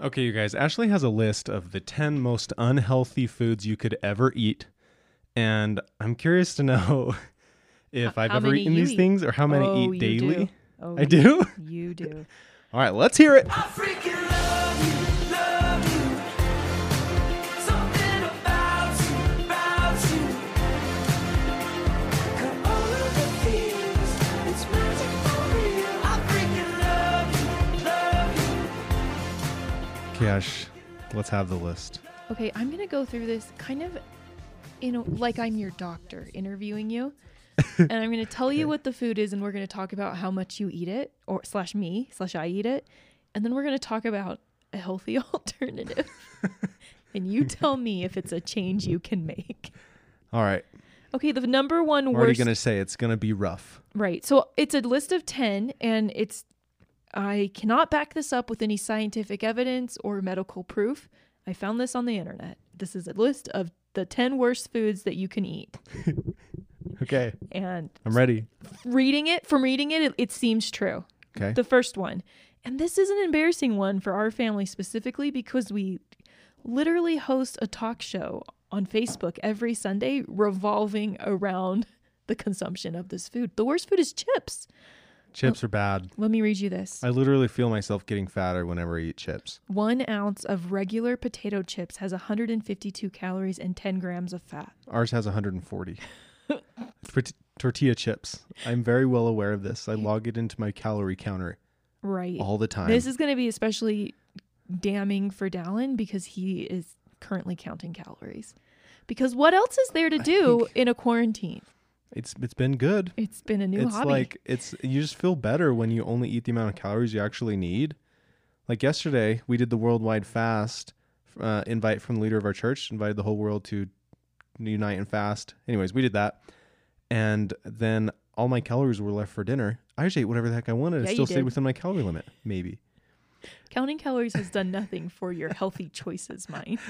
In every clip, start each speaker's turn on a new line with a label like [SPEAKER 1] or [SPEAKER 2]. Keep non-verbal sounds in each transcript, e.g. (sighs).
[SPEAKER 1] Okay, you guys, Ashley has a list of the 10 most unhealthy foods you could ever eat. And I'm curious to know (laughs) if I've
[SPEAKER 2] how
[SPEAKER 1] ever
[SPEAKER 2] many
[SPEAKER 1] eaten
[SPEAKER 2] you
[SPEAKER 1] these
[SPEAKER 2] eat.
[SPEAKER 1] things or how many
[SPEAKER 2] Oh,
[SPEAKER 1] eat
[SPEAKER 2] you
[SPEAKER 1] daily.
[SPEAKER 2] do. Oh,
[SPEAKER 1] I do?
[SPEAKER 2] You do.
[SPEAKER 1] (laughs) All right, let's hear it.
[SPEAKER 3] I freaking love you, love you. Something about you, about you. Got all of the feels, it's magic for real. I freaking love you, love you.
[SPEAKER 1] Okay, Ash, let's have the list.
[SPEAKER 2] Okay, I'm gonna go through this kind of, you know, like I'm your doctor
[SPEAKER 1] (laughs)
[SPEAKER 2] interviewing you, and I'm gonna tell you what the food is, and we're gonna talk about how much you eat it, or slash me slash I eat it, and then we're gonna talk about a healthy (laughs)
[SPEAKER 1] (laughs)
[SPEAKER 2] alternative, and you tell me if it's a change you can make.
[SPEAKER 1] All right,
[SPEAKER 2] Okay, the number one
[SPEAKER 1] I'm already
[SPEAKER 2] worst.
[SPEAKER 1] going to say it's going to be rough.
[SPEAKER 2] Right. So it's a list of 10, and it's, I cannot back this up with any scientific evidence or medical proof. I found this on the internet. This is a list of the 10 worst foods that you can eat.
[SPEAKER 1] Okay,
[SPEAKER 2] And
[SPEAKER 1] I'm ready.
[SPEAKER 2] reading it, from reading it, it, it seems true.
[SPEAKER 1] Okay.
[SPEAKER 2] The first one. And this is an embarrassing one for our family specifically because we literally host a talk show on Facebook every Sunday revolving around (laughs) the consumption of this food. The worst food is chips.
[SPEAKER 1] Chips are bad.
[SPEAKER 2] Let me read you this.
[SPEAKER 1] I literally feel myself getting fatter whenever I eat chips.
[SPEAKER 2] One ounce of regular potato chips has 152 calories and 10 grams of fat.
[SPEAKER 1] Ours has
[SPEAKER 2] (laughs)
[SPEAKER 1] 140. Tort- tortilla chips. I'm very well aware of this. I log it into my calorie counter
[SPEAKER 2] Right.
[SPEAKER 1] all the time.
[SPEAKER 2] This is going to be especially damning for Dallin because he is currently counting calories. Because what else is there to do in a quarantine?
[SPEAKER 1] it's it's been good.
[SPEAKER 2] It's been a new
[SPEAKER 1] it's
[SPEAKER 2] hobby.
[SPEAKER 1] like it's you just feel better when you only eat the amount of calories you actually need. Like yesterday, we did the worldwide fast uh, invite from the leader of our church, invited the whole world to unite and fast. Anyways, we did that, and then all my calories were left for dinner. I just ate whatever the heck I wanted.
[SPEAKER 2] Yeah,
[SPEAKER 1] I
[SPEAKER 2] you
[SPEAKER 1] still stayed
[SPEAKER 2] did.
[SPEAKER 1] within my calorie limit. Maybe.
[SPEAKER 2] Counting calories has done nothing for
[SPEAKER 1] (laughs)
[SPEAKER 2] your healthy choices mind.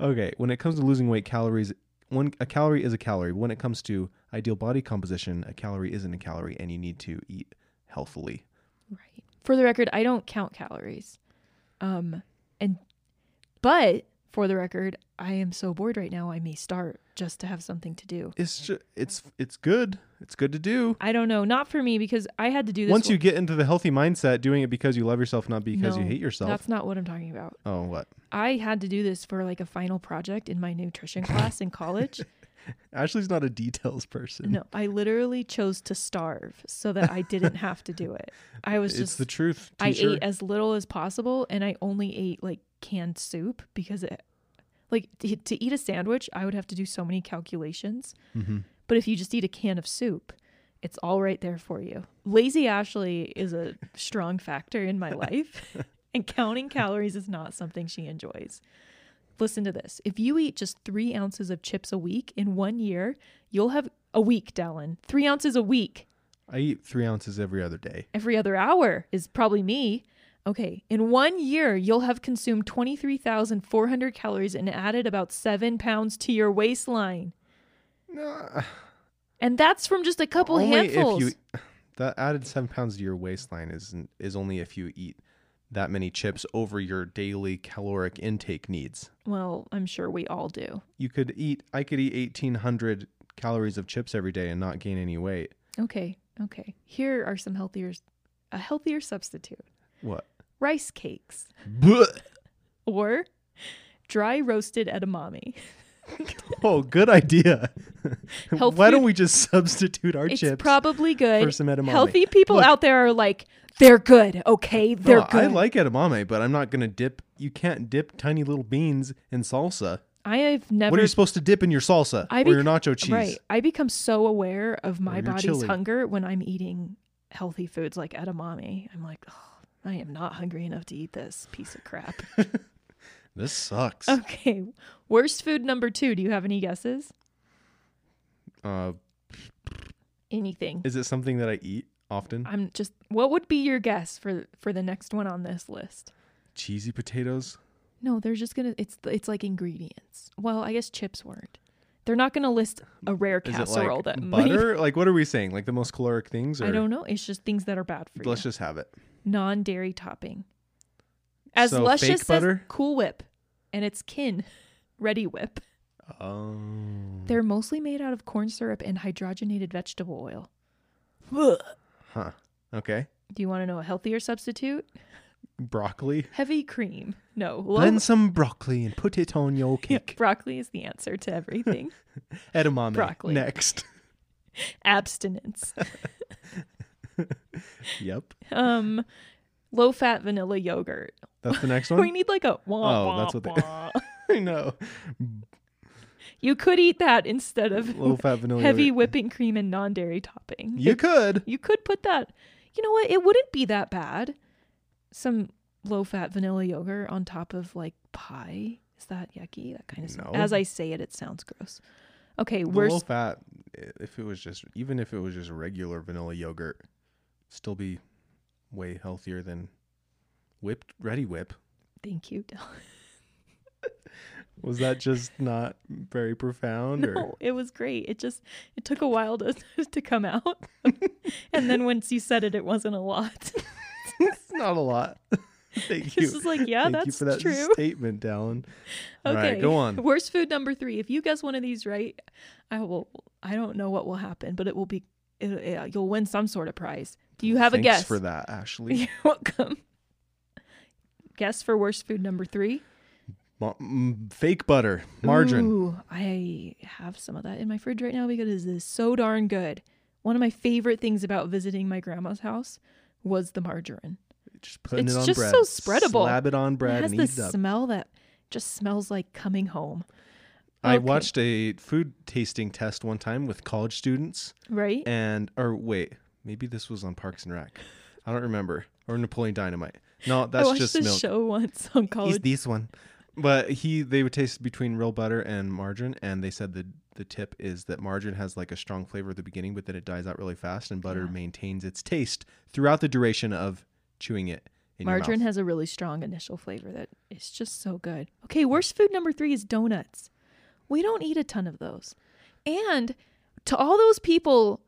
[SPEAKER 1] Okay, when it comes to losing weight, calories one a calorie is a calorie. When it comes to ideal body composition, a calorie isn't a calorie, and you need to eat healthily.
[SPEAKER 2] Right. For the record, I don't count calories. Um and but for the record, I am so bored right now I may start just to have something to do.
[SPEAKER 1] It's ju- it's it's good. It's good to do.
[SPEAKER 2] I don't know, not for me because I had to do this
[SPEAKER 1] Once you get into the healthy mindset, doing it because you love yourself, not because you
[SPEAKER 2] No,
[SPEAKER 1] hate yourself.
[SPEAKER 2] That's not what I'm talking about.
[SPEAKER 1] Oh, what?
[SPEAKER 2] I had to do this for like a final project in my nutrition class
[SPEAKER 1] (laughs)
[SPEAKER 2] in college.
[SPEAKER 1] Ashley's not a details person.
[SPEAKER 2] No, I literally chose to starve so that I didn't have to do it. I was
[SPEAKER 1] it's
[SPEAKER 2] just
[SPEAKER 1] the truth.
[SPEAKER 2] I
[SPEAKER 1] teacher.
[SPEAKER 2] ate as little as possible, and I only ate like canned soup because it, like, to, to eat a sandwich, I would have to do so many calculations. But if you just eat a can of soup, it's all right there for you. Lazy Ashley is a strong factor in my life, (laughs) and counting calories is not something she enjoys. Listen to this. If you eat just three ounces of chips a week in one year, you'll have a week, Dallin. Three ounces a week
[SPEAKER 1] I eat three ounces every other day.
[SPEAKER 2] every other hour is probably me. Okay, in one year, you'll have consumed 23,400 calories and added about seven pounds to your waistline.
[SPEAKER 1] No,
[SPEAKER 2] And that's from just a couple
[SPEAKER 1] only
[SPEAKER 2] handfuls.
[SPEAKER 1] if you (sighs) that added seven pounds to your waistline is is only if you eat that many chips over your daily caloric intake needs.
[SPEAKER 2] well, I'm sure we all do.
[SPEAKER 1] You could eat. I could eat eighteen hundred calories of chips every day and not gain any weight.
[SPEAKER 2] Okay, okay. Here are some healthier, a healthier substitute
[SPEAKER 1] What?
[SPEAKER 2] rice cakes
[SPEAKER 1] Blech.
[SPEAKER 2] or dry roasted edamame.
[SPEAKER 1] (laughs) Oh, good idea. (laughs)
[SPEAKER 2] Health
[SPEAKER 1] Why don't
[SPEAKER 2] food-
[SPEAKER 1] we just substitute our
[SPEAKER 2] It's
[SPEAKER 1] chips?
[SPEAKER 2] probably good.
[SPEAKER 1] for some edamame.
[SPEAKER 2] Healthy people
[SPEAKER 1] Look-
[SPEAKER 2] out there are like, they're good, okay? They're
[SPEAKER 1] No,
[SPEAKER 2] good.
[SPEAKER 1] I like edamame, but I'm not gonna dip. You can't dip tiny little beans in salsa.
[SPEAKER 2] I have never
[SPEAKER 1] What are you supposed to dip in your salsa
[SPEAKER 2] I
[SPEAKER 1] or your
[SPEAKER 2] bec-
[SPEAKER 1] nacho cheese? Oh,
[SPEAKER 2] Right. I become so aware of my
[SPEAKER 1] your
[SPEAKER 2] body's
[SPEAKER 1] chili.
[SPEAKER 2] hunger when I'm eating healthy foods like edamame. I'm like, oh, I am not hungry enough to eat this piece of crap.
[SPEAKER 1] (laughs) This sucks.
[SPEAKER 2] okay. Worst food number two. Do you have any guesses?
[SPEAKER 1] Uh,
[SPEAKER 2] Anything.
[SPEAKER 1] is it something that I eat often?
[SPEAKER 2] I'm just what would be your guess for for the next one on this list?
[SPEAKER 1] Cheesy potatoes.
[SPEAKER 2] No, they're just gonna it's it's like ingredients. Well, I guess chips weren't. They're not gonna list a rare
[SPEAKER 1] Is
[SPEAKER 2] casserole
[SPEAKER 1] it
[SPEAKER 2] that
[SPEAKER 1] like
[SPEAKER 2] might- (laughs)
[SPEAKER 1] butter? Like what are we saying? Like the most caloric things? Or
[SPEAKER 2] I don't know. It's just things that are bad for you.
[SPEAKER 1] Let's just have it.
[SPEAKER 2] non dairy topping. As
[SPEAKER 1] So,
[SPEAKER 2] Luscious
[SPEAKER 1] fake
[SPEAKER 2] says,
[SPEAKER 1] butter?
[SPEAKER 2] Cool Whip, and it's kin, (laughs) Ready Whip.
[SPEAKER 1] Oh.
[SPEAKER 2] They're mostly made out of corn syrup and hydrogenated vegetable oil. Ugh.
[SPEAKER 1] Huh. Okay.
[SPEAKER 2] Do you want to know a healthier substitute?
[SPEAKER 1] Broccoli.
[SPEAKER 2] Heavy cream. No, low-
[SPEAKER 1] Blend some broccoli and put it on
[SPEAKER 2] (laughs)
[SPEAKER 1] your cake.
[SPEAKER 2] broccoli is the answer
[SPEAKER 1] (laughs)
[SPEAKER 2] to everything.
[SPEAKER 1] Edamame.
[SPEAKER 2] Broccoli. (laughs)
[SPEAKER 1] Next.
[SPEAKER 2] Abstinence.
[SPEAKER 1] yep.
[SPEAKER 2] Um, low fat vanilla yogurt.
[SPEAKER 1] That's the next
[SPEAKER 2] We
[SPEAKER 1] one.
[SPEAKER 2] need like a wah,
[SPEAKER 1] Oh,
[SPEAKER 2] wah,
[SPEAKER 1] that's what they-
[SPEAKER 2] wah.
[SPEAKER 1] (laughs) I know.
[SPEAKER 2] You could eat that
[SPEAKER 1] (laughs)
[SPEAKER 2] instead of
[SPEAKER 1] Low fat vanilla.
[SPEAKER 2] heavy
[SPEAKER 1] yogurt.
[SPEAKER 2] whipping cream and non-dairy topping.
[SPEAKER 1] You could.
[SPEAKER 2] You could put that. You know what? It wouldn't be that bad. Some low fat vanilla yogurt on top of like pie. Is that yucky? That kind of
[SPEAKER 1] No.
[SPEAKER 2] stuff. As I say it, it sounds gross. Okay,
[SPEAKER 1] The
[SPEAKER 2] we're
[SPEAKER 1] low
[SPEAKER 2] s-
[SPEAKER 1] fat. i- If it was just, even if it was just regular vanilla yogurt, still be way healthier than whipped ready whip.
[SPEAKER 2] thank you. (laughs) Dylan.
[SPEAKER 1] Was that just not very profound? Or
[SPEAKER 2] No,
[SPEAKER 1] (laughs)
[SPEAKER 2] it was great. It just it took a while to (laughs) to come out, (laughs) and then once you said it, it wasn't a lot. (laughs)
[SPEAKER 1] it's not a lot. (laughs) Thank you.
[SPEAKER 2] It's just like, yeah,
[SPEAKER 1] Thank you
[SPEAKER 2] that's
[SPEAKER 1] for that
[SPEAKER 2] true.
[SPEAKER 1] statement, Dallin. All
[SPEAKER 2] Okay,
[SPEAKER 1] right, go on.
[SPEAKER 2] Worst food number three. If you guess one of these right, I will. I don't know what will happen, but it will be. It, it- you'll win some sort of prize. Do you have
[SPEAKER 1] Oh, Thanks
[SPEAKER 2] a guess?
[SPEAKER 1] for that, Ashley.
[SPEAKER 2] You're (laughs) welcome. Guess for worst food number three.
[SPEAKER 1] Ma- mm, fake butter, margarine.
[SPEAKER 2] Ooh, I have some of that in my fridge right now because it is so darn good. One of my favorite things about visiting my grandma's house was the margarine.
[SPEAKER 1] Just putting
[SPEAKER 2] it's
[SPEAKER 1] it on
[SPEAKER 2] just
[SPEAKER 1] bread.
[SPEAKER 2] so spreadable.
[SPEAKER 1] Slab it on
[SPEAKER 2] it
[SPEAKER 1] bread
[SPEAKER 2] has
[SPEAKER 1] and
[SPEAKER 2] this
[SPEAKER 1] eat it up.
[SPEAKER 2] smell that just smells like coming home,
[SPEAKER 1] I
[SPEAKER 2] Okay.
[SPEAKER 1] watched a food tasting test one time with college students,
[SPEAKER 2] right?
[SPEAKER 1] and or wait, maybe this was on Parks and Rec. I don't remember. Or Napoleon Dynamite. No,
[SPEAKER 2] I
[SPEAKER 1] that's
[SPEAKER 2] watched
[SPEAKER 1] just
[SPEAKER 2] this
[SPEAKER 1] milk.
[SPEAKER 2] show once on
[SPEAKER 1] He's
[SPEAKER 2] college.
[SPEAKER 1] this one. But he they would taste between real butter and margarine, and they said the the tip is that margarine has like a strong flavor at the beginning, but then it dies out really fast, and butter maintains its taste throughout the duration of chewing it. In your
[SPEAKER 2] Margarine
[SPEAKER 1] mouth.
[SPEAKER 2] has a really strong initial flavor that is just so good. Okay, worst food number three is donuts. We don't eat a ton of those. And to all those people,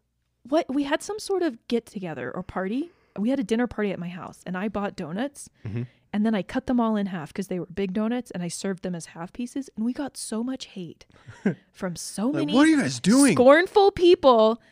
[SPEAKER 2] what we had some sort of get together or party. We had a dinner party at my house, and I bought donuts,
[SPEAKER 1] Mm-hmm.
[SPEAKER 2] and then I cut them all in half because they were big donuts, and I served them as half pieces, and we got so much
[SPEAKER 1] (laughs)
[SPEAKER 2] hate from so
[SPEAKER 1] like,
[SPEAKER 2] many
[SPEAKER 1] what are you guys doing?
[SPEAKER 2] scornful people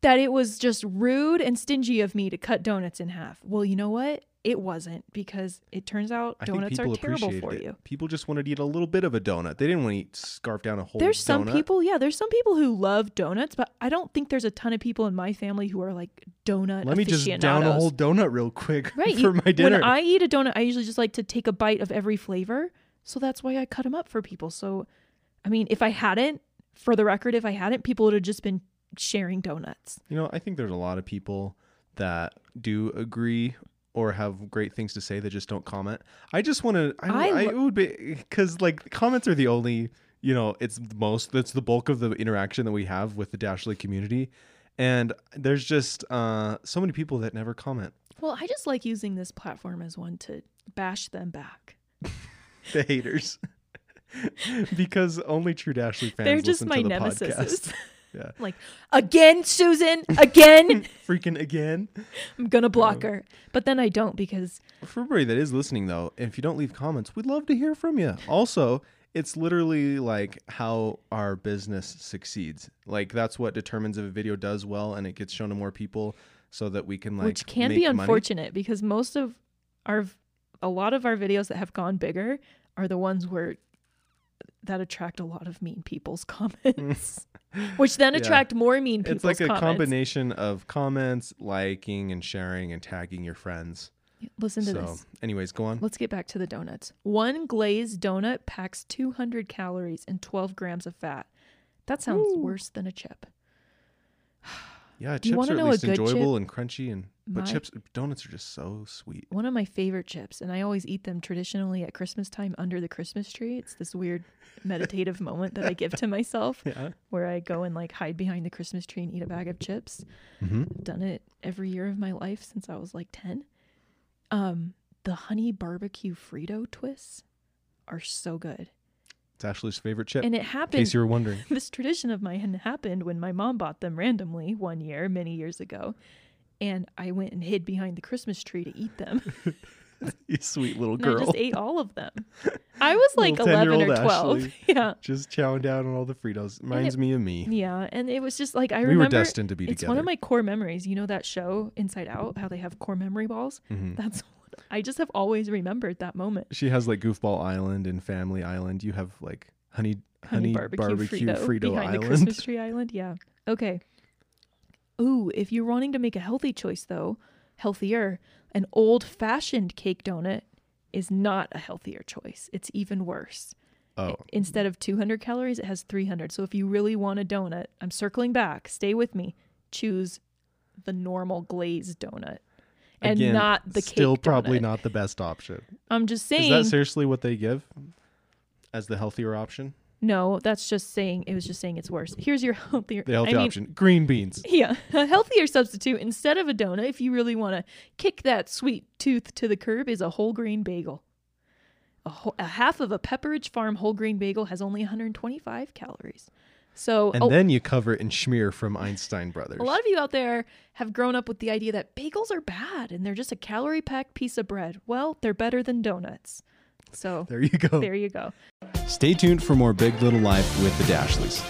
[SPEAKER 2] that it was just rude and stingy of me to cut donuts in half. Well, you know what? It wasn't because it turns out
[SPEAKER 1] I think
[SPEAKER 2] donuts are
[SPEAKER 1] people
[SPEAKER 2] terrible
[SPEAKER 1] appreciated
[SPEAKER 2] for
[SPEAKER 1] it.
[SPEAKER 2] you.
[SPEAKER 1] People just wanted to eat a little bit of a donut. They didn't want to eat scarf down a whole.
[SPEAKER 2] There's some
[SPEAKER 1] donut.
[SPEAKER 2] people, yeah, there's some people who love donuts, but I don't think there's a ton of people in my family who are like donut
[SPEAKER 1] Let me just down a
[SPEAKER 2] aficionados.
[SPEAKER 1] whole donut real quick (laughs)
[SPEAKER 2] right you-
[SPEAKER 1] for my dinner.
[SPEAKER 2] When I eat a donut, I usually just like to take a bite of every flavor, so that's why I cut them up for people. So, I mean, if I hadn't, for the record, if I hadn't, people would have just been sharing donuts.
[SPEAKER 1] You know, I think there's a lot of people that do agree or have great things to say that just don't comment. I just want to. I,
[SPEAKER 2] I
[SPEAKER 1] I
[SPEAKER 2] lo-
[SPEAKER 1] it would be because like comments are the only. You know, it's the most. That's the bulk of the interaction that we have with the Dashley community, and there's just uh, so many people that never comment. (laughs)
[SPEAKER 2] Well, I just like using this platform as one to bash them back.
[SPEAKER 1] The haters. (laughs) because only true Dashley fans
[SPEAKER 2] They're just
[SPEAKER 1] listen
[SPEAKER 2] my
[SPEAKER 1] to the
[SPEAKER 2] nemesis. (laughs)
[SPEAKER 1] podcast. (laughs) Yeah.
[SPEAKER 2] like, again, Susan,
[SPEAKER 1] (laughs)
[SPEAKER 2] again,
[SPEAKER 1] Freaking again.
[SPEAKER 2] I'm going to block her. But then I don't because
[SPEAKER 1] For everybody that is listening, though, if you don't leave comments, we'd love to hear from you. Also, it's literally like how our business succeeds. Like that's what determines if a video does well and it gets shown to more people, so that we can like
[SPEAKER 2] which can
[SPEAKER 1] make
[SPEAKER 2] be
[SPEAKER 1] money.
[SPEAKER 2] unfortunate because most of our a lot of our videos that have gone bigger are the ones where that attract a lot of mean
[SPEAKER 1] (laughs)
[SPEAKER 2] people's (laughs) comments, which then
[SPEAKER 1] Yeah.
[SPEAKER 2] attract more mean
[SPEAKER 1] It's
[SPEAKER 2] people's
[SPEAKER 1] like a
[SPEAKER 2] comments.
[SPEAKER 1] combination of comments, liking, and sharing, and tagging your friends.
[SPEAKER 2] Listen to
[SPEAKER 1] so,
[SPEAKER 2] this.
[SPEAKER 1] anyways, go on.
[SPEAKER 2] Let's get back to the donuts. One glazed donut packs 200 calories and 12 grams of fat. That sounds worse than a chip.
[SPEAKER 1] Yeah,
[SPEAKER 2] Do you
[SPEAKER 1] chips
[SPEAKER 2] wanna
[SPEAKER 1] are at
[SPEAKER 2] know a
[SPEAKER 1] least
[SPEAKER 2] good chip?
[SPEAKER 1] enjoyable and crunchy, and but
[SPEAKER 2] My-
[SPEAKER 1] chips, donuts are just so
[SPEAKER 2] (laughs)
[SPEAKER 1] sweet.
[SPEAKER 2] One of my favorite chips, and I always eat them traditionally at Christmas time under the Christmas tree. It's this weird meditative moment that I give to myself
[SPEAKER 1] Yeah.
[SPEAKER 2] where I go and like hide behind the Christmas tree and eat a bag of chips. I've done it every year of my life since I was like 10. Um, the honey barbecue Frito twists are so good.
[SPEAKER 1] It's Ashley's favorite chip.
[SPEAKER 2] And it
[SPEAKER 1] in
[SPEAKER 2] happens
[SPEAKER 1] case you were wondering. (laughs)
[SPEAKER 2] (laughs) this tradition of mine had happened when my mom bought them randomly one year, many years ago. And I went and hid behind the Christmas tree to eat them. (laughs)
[SPEAKER 1] you sweet little
[SPEAKER 2] And I
[SPEAKER 1] girl.
[SPEAKER 2] just ate all of
[SPEAKER 1] (laughs)
[SPEAKER 2] them. I was like
[SPEAKER 1] Little
[SPEAKER 2] 11 or
[SPEAKER 1] 10-year-old
[SPEAKER 2] 12.
[SPEAKER 1] Ashley.
[SPEAKER 2] (laughs) Yeah.
[SPEAKER 1] Just chowing down on all the Fritos. Reminds me of me.
[SPEAKER 2] Yeah. And it was just like, I
[SPEAKER 1] we
[SPEAKER 2] remember.
[SPEAKER 1] were destined to be
[SPEAKER 2] It's
[SPEAKER 1] together.
[SPEAKER 2] one of my core memories. You know that show, Inside Out, how they have core memory balls?
[SPEAKER 1] Mhm.
[SPEAKER 2] That's (laughs) what I just have always remembered that moment.
[SPEAKER 1] She has like Goofball Island and Family Island. You have like honey honey, barbecue, Frito,
[SPEAKER 2] behind
[SPEAKER 1] Island.
[SPEAKER 2] the Christmas tree island. Yeah. Okay. Ooh, if you're wanting to make a healthy choice though, healthier, an old fashioned cake donut is not a healthier choice. It's even worse.
[SPEAKER 1] (laughs) Oh,
[SPEAKER 2] Instead of 200 calories, it has 300. So if you really want a donut, I'm circling back. Stay with me. Choose the normal glazed donut and
[SPEAKER 1] again,
[SPEAKER 2] not the cake
[SPEAKER 1] still probably
[SPEAKER 2] donut.
[SPEAKER 1] not the best option.
[SPEAKER 2] I'm just
[SPEAKER 1] Is
[SPEAKER 2] saying.
[SPEAKER 1] that seriously what they give as the healthier option?
[SPEAKER 2] no, that's just saying. It was just saying it's worse. Here's your (laughs) healthier.
[SPEAKER 1] The healthy
[SPEAKER 2] I mean,
[SPEAKER 1] option, green
[SPEAKER 2] (laughs)
[SPEAKER 1] beans.
[SPEAKER 2] Yeah, a healthier substitute instead of a donut, if you really want to kick that sweet tooth to the curb, is a whole grain bagel. A, whole, a half of a Pepperidge Farm whole grain bagel has only 125 calories. So
[SPEAKER 1] And
[SPEAKER 2] a,
[SPEAKER 1] then you cover it in schmear from Einstein Brothers.
[SPEAKER 2] Oh. a lot of you out there have grown up with the idea that bagels are bad and they're just a calorie packed piece of bread. Well, they're better than donuts. So
[SPEAKER 1] there you go.
[SPEAKER 2] there you go.
[SPEAKER 1] Stay tuned for more Big Little Life with the Dashleys.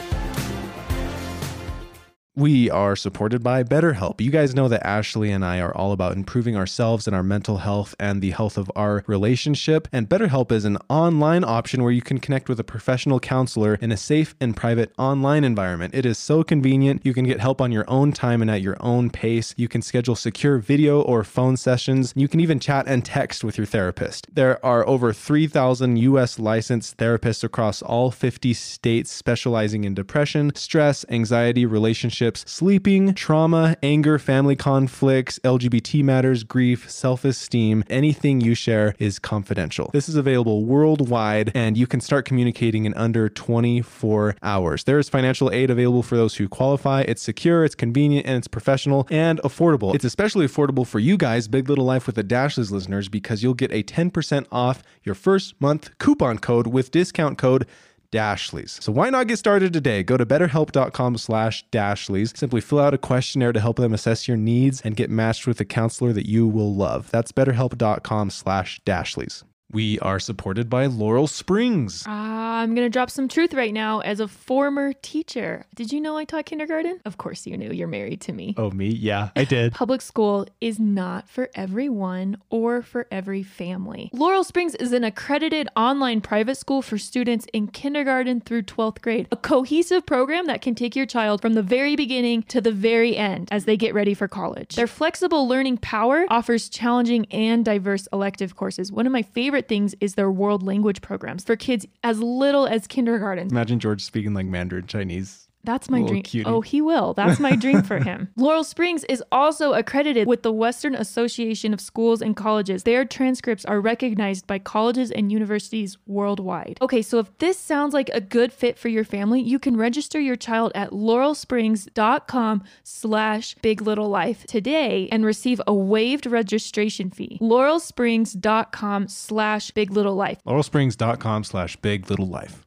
[SPEAKER 1] We are supported by BetterHelp. You guys know that Ashley and I are all about improving ourselves and our mental health and the health of our relationship. And BetterHelp is an online option where you can connect with a professional counselor in a safe and private online environment. It is so convenient. You can get help on your own time and at your own pace. You can schedule secure video or phone sessions. You can even chat and text with your therapist. There are over 3,000 US licensed therapists across all 50 states specializing in depression, stress, anxiety, relationships, sleeping, trauma, anger, family conflicts, LGBT matters, grief, self esteem. Anything you share is confidential. This is available worldwide and you can start communicating in under 24 hours. There is financial aid available for those who qualify. It's secure, it's convenient, and it's professional and affordable. It's especially affordable for you guys, Big Little Life with the Dashes listeners, because you'll get a 10% off your first month coupon code with discount code Dashleys. So why not get started today? Go to betterhelp.com slash Dashleys. Simply fill out a questionnaire to help them assess your needs and get matched with a counselor that you will love. That's betterhelp.com slash Dashleys. We are supported by Laurel Springs.
[SPEAKER 2] I'm going to drop some truth right now as a former teacher. Did you know I taught kindergarten? Of course you knew. You're married to me.
[SPEAKER 1] Oh, me? Yeah, I did.
[SPEAKER 2] Public school is not for everyone or for every family. Laurel Springs is an accredited online private school for students in kindergarten through 12th grade, a cohesive program that can take your child from the very beginning to the very end as they get ready for college. Their flexible learning power offers challenging and diverse elective courses. One of my favorite things is their world language programs for kids as little as kindergarten.
[SPEAKER 1] (laughs) Imagine George speaking like Mandarin Chinese.
[SPEAKER 2] That's my
[SPEAKER 1] Little
[SPEAKER 2] dream.
[SPEAKER 1] cutie.
[SPEAKER 2] Oh, he will. That's my
[SPEAKER 1] (laughs)
[SPEAKER 2] dream for him. Laurel Springs is also accredited with the Western Association of Schools and Colleges. Their transcripts are recognized by colleges and universities worldwide. Okay, so if this sounds like a good fit for your family, you can register your child at laurelsprings.com slash big little life today and receive a waived registration fee. laurelsprings.com slash big little life.
[SPEAKER 1] LaurelSprings.com slash big little life.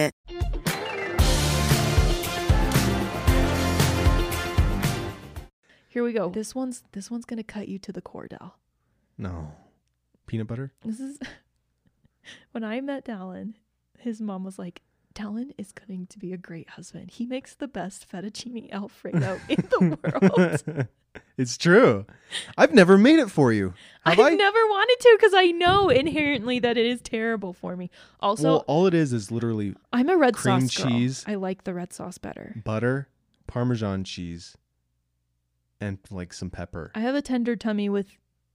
[SPEAKER 2] Here we go. This one's this one's gonna cut you to the core, Dell.
[SPEAKER 1] No. Peanut butter?
[SPEAKER 2] This is (laughs) when I met Dallin, his mom was like, Dallin is going to be a great husband. He makes the best fettuccine alfredo
[SPEAKER 1] (laughs)
[SPEAKER 2] in the world.
[SPEAKER 1] (laughs) it's true. I've never made it for you.
[SPEAKER 2] I,
[SPEAKER 1] Have I?
[SPEAKER 2] never wanted to because I know inherently that it is terrible for me. Also,
[SPEAKER 1] well, all it is is literally
[SPEAKER 2] I'm a red
[SPEAKER 1] cream
[SPEAKER 2] sauce girl.
[SPEAKER 1] cheese.
[SPEAKER 2] I like the red sauce better.
[SPEAKER 1] butter, Parmesan cheese, and like some pepper.
[SPEAKER 2] I have a tender tummy with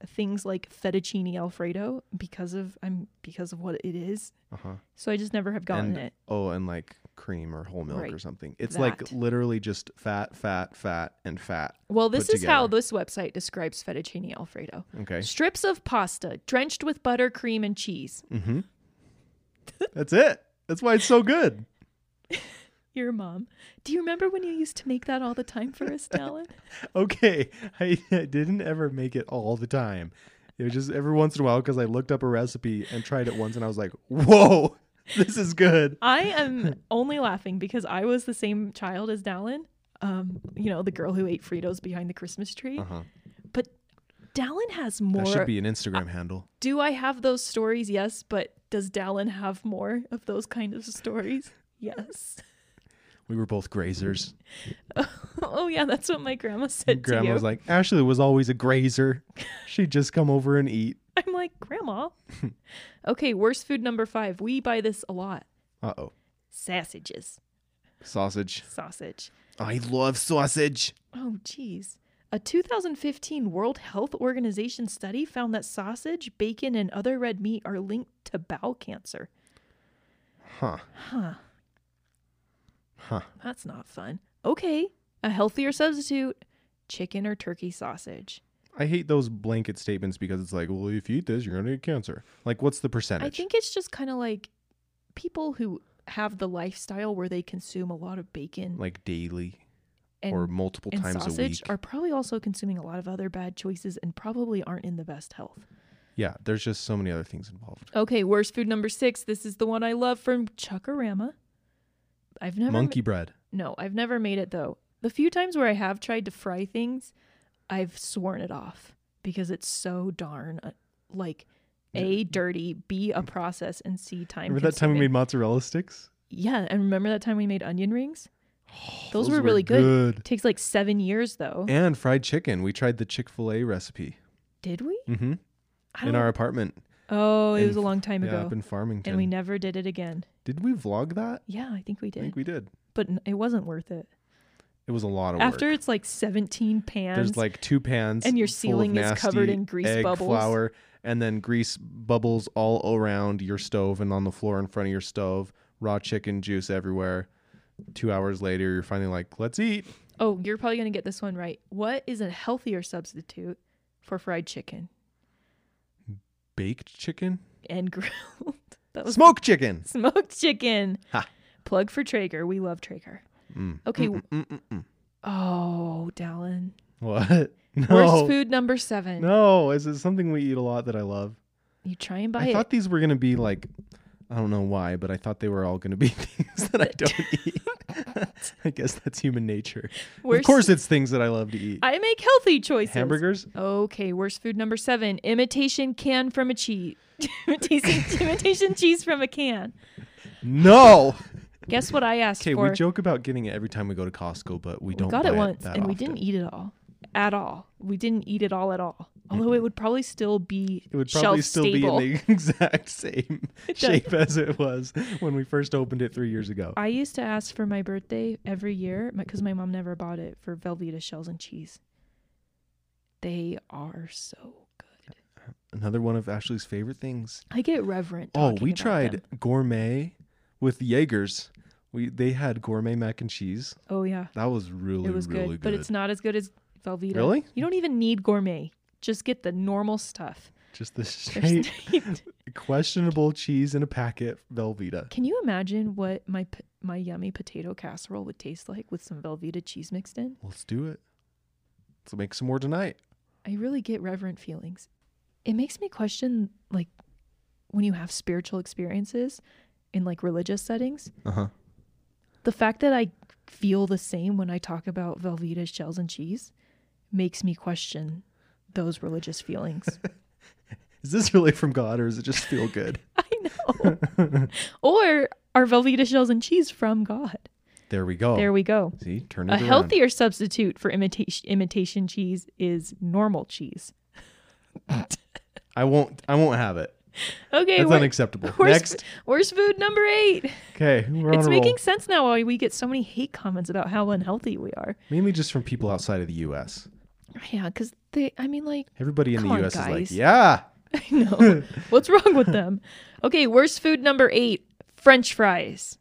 [SPEAKER 2] things like fettuccine alfredo because of I'm because of what it is.
[SPEAKER 1] Uh huh.
[SPEAKER 2] So I just never have gotten
[SPEAKER 1] and,
[SPEAKER 2] it.
[SPEAKER 1] Oh, and like cream or whole milk or
[SPEAKER 2] Right.
[SPEAKER 1] something. It's like
[SPEAKER 2] That.
[SPEAKER 1] literally just fat, fat, fat, and fat.
[SPEAKER 2] Well, this
[SPEAKER 1] put
[SPEAKER 2] is how
[SPEAKER 1] together.
[SPEAKER 2] this website describes fettuccine alfredo.
[SPEAKER 1] Okay.
[SPEAKER 2] Strips of pasta drenched with butter, cream, and cheese.
[SPEAKER 1] Mm. That's it. That's why it's so good.
[SPEAKER 2] Your mom. Do you remember when you used to make that all the time for
[SPEAKER 1] (laughs)
[SPEAKER 2] us, Dallin?
[SPEAKER 1] Okay. (laughs) I, I didn't ever make it all the time. It was just every once in a while because I looked up a recipe and tried it once and I was like, whoa, (laughs) this is good.
[SPEAKER 2] I am only laughing because I was the same child as Dallin. Um, you know, the girl who ate Fritos behind the Christmas tree.
[SPEAKER 1] Uh-huh.
[SPEAKER 2] But Dallin has
[SPEAKER 1] That
[SPEAKER 2] more.
[SPEAKER 1] should be an Instagram handle.
[SPEAKER 2] Do I have those stories? Yes, but does Dallin have more of those kind
[SPEAKER 1] (laughs)
[SPEAKER 2] of stories? Yes. (laughs)
[SPEAKER 1] We were both grazers.
[SPEAKER 2] oh yeah, that's what my grandma said to
[SPEAKER 1] Grandma
[SPEAKER 2] you.
[SPEAKER 1] was like, Ashley was always a grazer. (laughs) She'd just come over and eat.
[SPEAKER 2] I'm like,
[SPEAKER 1] (laughs)
[SPEAKER 2] Grandma. okay, worst food number five. We buy this a lot.
[SPEAKER 1] Uh oh.
[SPEAKER 2] Sausages.
[SPEAKER 1] Sausage.
[SPEAKER 2] Sausage.
[SPEAKER 1] I love sausage.
[SPEAKER 2] Oh, geez. A 2015 World Health Organization study found that sausage, bacon, and other red meat are linked to bowel cancer.
[SPEAKER 1] Huh.
[SPEAKER 2] Huh.
[SPEAKER 1] Huh.
[SPEAKER 2] That's not fun. Okay, a healthier substitute chicken or turkey sausage.
[SPEAKER 1] I hate those blanket statements because it's like, well, if you eat this, you're gonna get cancer. Like, what's the percentage?
[SPEAKER 2] I think it's just kind of like people who have the lifestyle where they consume a lot of bacon
[SPEAKER 1] like daily
[SPEAKER 2] and,
[SPEAKER 1] or multiple
[SPEAKER 2] and
[SPEAKER 1] times a
[SPEAKER 2] sausage
[SPEAKER 1] week.
[SPEAKER 2] are probably also consuming a lot of other bad choices and probably aren't in the best health.
[SPEAKER 1] Yeah, there's just so many other things involved.
[SPEAKER 2] Okay, worst food number six. This is the one I love from Chuckarama. I've never ma-
[SPEAKER 1] Monkey bread.
[SPEAKER 2] no, I've never made it though. The few times where I have tried to fry things, I've sworn it off because it's so darn uh, like a dirty, b a process, and c time.
[SPEAKER 1] Remember that time we made
[SPEAKER 2] consuming.
[SPEAKER 1] mozzarella sticks?
[SPEAKER 2] yeah, and remember that time we made onion rings?
[SPEAKER 1] Oh,
[SPEAKER 2] those, were really good. Takes like seven years though.
[SPEAKER 1] And fried chicken. We tried the Chick Fil A recipe
[SPEAKER 2] Did we?
[SPEAKER 1] mm-hmm.
[SPEAKER 2] I
[SPEAKER 1] in
[SPEAKER 2] don't-
[SPEAKER 1] our apartment.
[SPEAKER 2] oh, it
[SPEAKER 1] in
[SPEAKER 2] was a
[SPEAKER 1] F-
[SPEAKER 2] long time
[SPEAKER 1] yeah,
[SPEAKER 2] ago,
[SPEAKER 1] up in Farmington.
[SPEAKER 2] and we never did it again.
[SPEAKER 1] did we vlog that?
[SPEAKER 2] Yeah, I think we
[SPEAKER 1] I
[SPEAKER 2] did,
[SPEAKER 1] think we did.
[SPEAKER 2] but n- it wasn't worth it.
[SPEAKER 1] It was a lot of
[SPEAKER 2] After
[SPEAKER 1] work.
[SPEAKER 2] it's like 17 pans.
[SPEAKER 1] There's like two pans,
[SPEAKER 2] and your
[SPEAKER 1] full of
[SPEAKER 2] ceiling is covered
[SPEAKER 1] nasty
[SPEAKER 2] in grease
[SPEAKER 1] egg
[SPEAKER 2] bubbles.
[SPEAKER 1] flour, and then grease bubbles all around your stove and on the floor in front of your stove. Raw chicken juice everywhere. Two hours later, you're finally like, "Let's eat."
[SPEAKER 2] oh, you're probably going to get this one right. What is a healthier substitute for fried chicken
[SPEAKER 1] Baked chicken,
[SPEAKER 2] and (laughs) grilled? that was
[SPEAKER 1] smoked chicken.
[SPEAKER 2] (laughs) smoked chicken.
[SPEAKER 1] Ha.
[SPEAKER 2] Plug for Traeger. We love Traeger.
[SPEAKER 1] Mm.
[SPEAKER 2] Okay.
[SPEAKER 1] Mm-mm-mm.
[SPEAKER 2] Oh, Dallin.
[SPEAKER 1] What? (laughs) No.
[SPEAKER 2] Worst food number seven.
[SPEAKER 1] No, is it something we eat a lot that I love?
[SPEAKER 2] You try and buy
[SPEAKER 1] I
[SPEAKER 2] it.
[SPEAKER 1] thought these were gonna be like, I don't know why, but I thought they were all gonna be (laughs) things that I
[SPEAKER 2] (laughs)
[SPEAKER 1] don't eat. (laughs) I guess that's human nature.
[SPEAKER 2] Worst-
[SPEAKER 1] Of course, it's things that I love to eat.
[SPEAKER 2] I make healthy choices.
[SPEAKER 1] Hamburgers.
[SPEAKER 2] Okay, worst food number seven. Imitation can from a cheese. (laughs) imitation, imitation cheese from a can. (laughs)
[SPEAKER 1] No.
[SPEAKER 2] Guess what I asked
[SPEAKER 1] Okay, we
[SPEAKER 2] for?
[SPEAKER 1] joke about getting it every time we go to Costco, but we don't.
[SPEAKER 2] we got
[SPEAKER 1] buy
[SPEAKER 2] it once
[SPEAKER 1] that
[SPEAKER 2] and we
[SPEAKER 1] often.
[SPEAKER 2] didn't eat it all at all we didn't eat it all at all although it would probably still be
[SPEAKER 1] It would probably
[SPEAKER 2] shelf
[SPEAKER 1] still (laughs)
[SPEAKER 2] stable
[SPEAKER 1] be in the exact same
[SPEAKER 2] does.
[SPEAKER 1] shape as it was when we first opened it three years ago.
[SPEAKER 2] i used to ask for my birthday every year because my mom never bought it for velveeta shells and cheese they are so good
[SPEAKER 1] Another one of Ashley's favorite things.
[SPEAKER 2] i get reverent
[SPEAKER 1] Oh,
[SPEAKER 2] talking
[SPEAKER 1] we
[SPEAKER 2] about
[SPEAKER 1] tried
[SPEAKER 2] them.
[SPEAKER 1] gourmet with Jaegers. We they had gourmet mac and cheese.
[SPEAKER 2] oh yeah
[SPEAKER 1] That was really
[SPEAKER 2] it was
[SPEAKER 1] really
[SPEAKER 2] good, but it's not as good as velveeta
[SPEAKER 1] Really?
[SPEAKER 2] you don't even need gourmet just get the normal stuff
[SPEAKER 1] Just
[SPEAKER 2] (laughs)
[SPEAKER 1] the
[SPEAKER 2] There's-
[SPEAKER 1] straight questionable cheese in a packet, Velveeta.
[SPEAKER 2] Can you imagine what my p- my yummy potato casserole would taste like with some Velveeta cheese mixed in?
[SPEAKER 1] Let's do it. Let's make some more tonight.
[SPEAKER 2] I really get reverent feelings. It makes me question like when you have spiritual experiences in like religious settings,
[SPEAKER 1] Uh huh.
[SPEAKER 2] the fact that I feel the same when I talk about Velveeta shells and cheese makes me question those religious feelings.
[SPEAKER 1] Is this really from God or does it just feel
[SPEAKER 2] (laughs)
[SPEAKER 1] good?
[SPEAKER 2] I know. or are Velveeta shells and cheese from God?
[SPEAKER 1] there we go.
[SPEAKER 2] There we go.
[SPEAKER 1] See, turn it
[SPEAKER 2] A
[SPEAKER 1] around.
[SPEAKER 2] healthier substitute for imitation imitation cheese is normal cheese.
[SPEAKER 1] I won't. I won't have it.
[SPEAKER 2] Okay,
[SPEAKER 1] That's
[SPEAKER 2] wor-
[SPEAKER 1] unacceptable.
[SPEAKER 2] (laughs) Worst,
[SPEAKER 1] Next.
[SPEAKER 2] worst food number eight.
[SPEAKER 1] Okay, we're
[SPEAKER 2] it's
[SPEAKER 1] on a roll.
[SPEAKER 2] making sense now why we get so many hate comments about how unhealthy we are.
[SPEAKER 1] Mainly just from people outside of the U.S.
[SPEAKER 2] Yeah, because they, I mean, like,
[SPEAKER 1] Everybody in
[SPEAKER 2] Come
[SPEAKER 1] the
[SPEAKER 2] on,
[SPEAKER 1] U.S. is like,
[SPEAKER 2] guys.
[SPEAKER 1] yeah,
[SPEAKER 2] (laughs) I
[SPEAKER 1] (laughs)
[SPEAKER 2] know what's wrong with them. Okay, worst food number eight: French fries.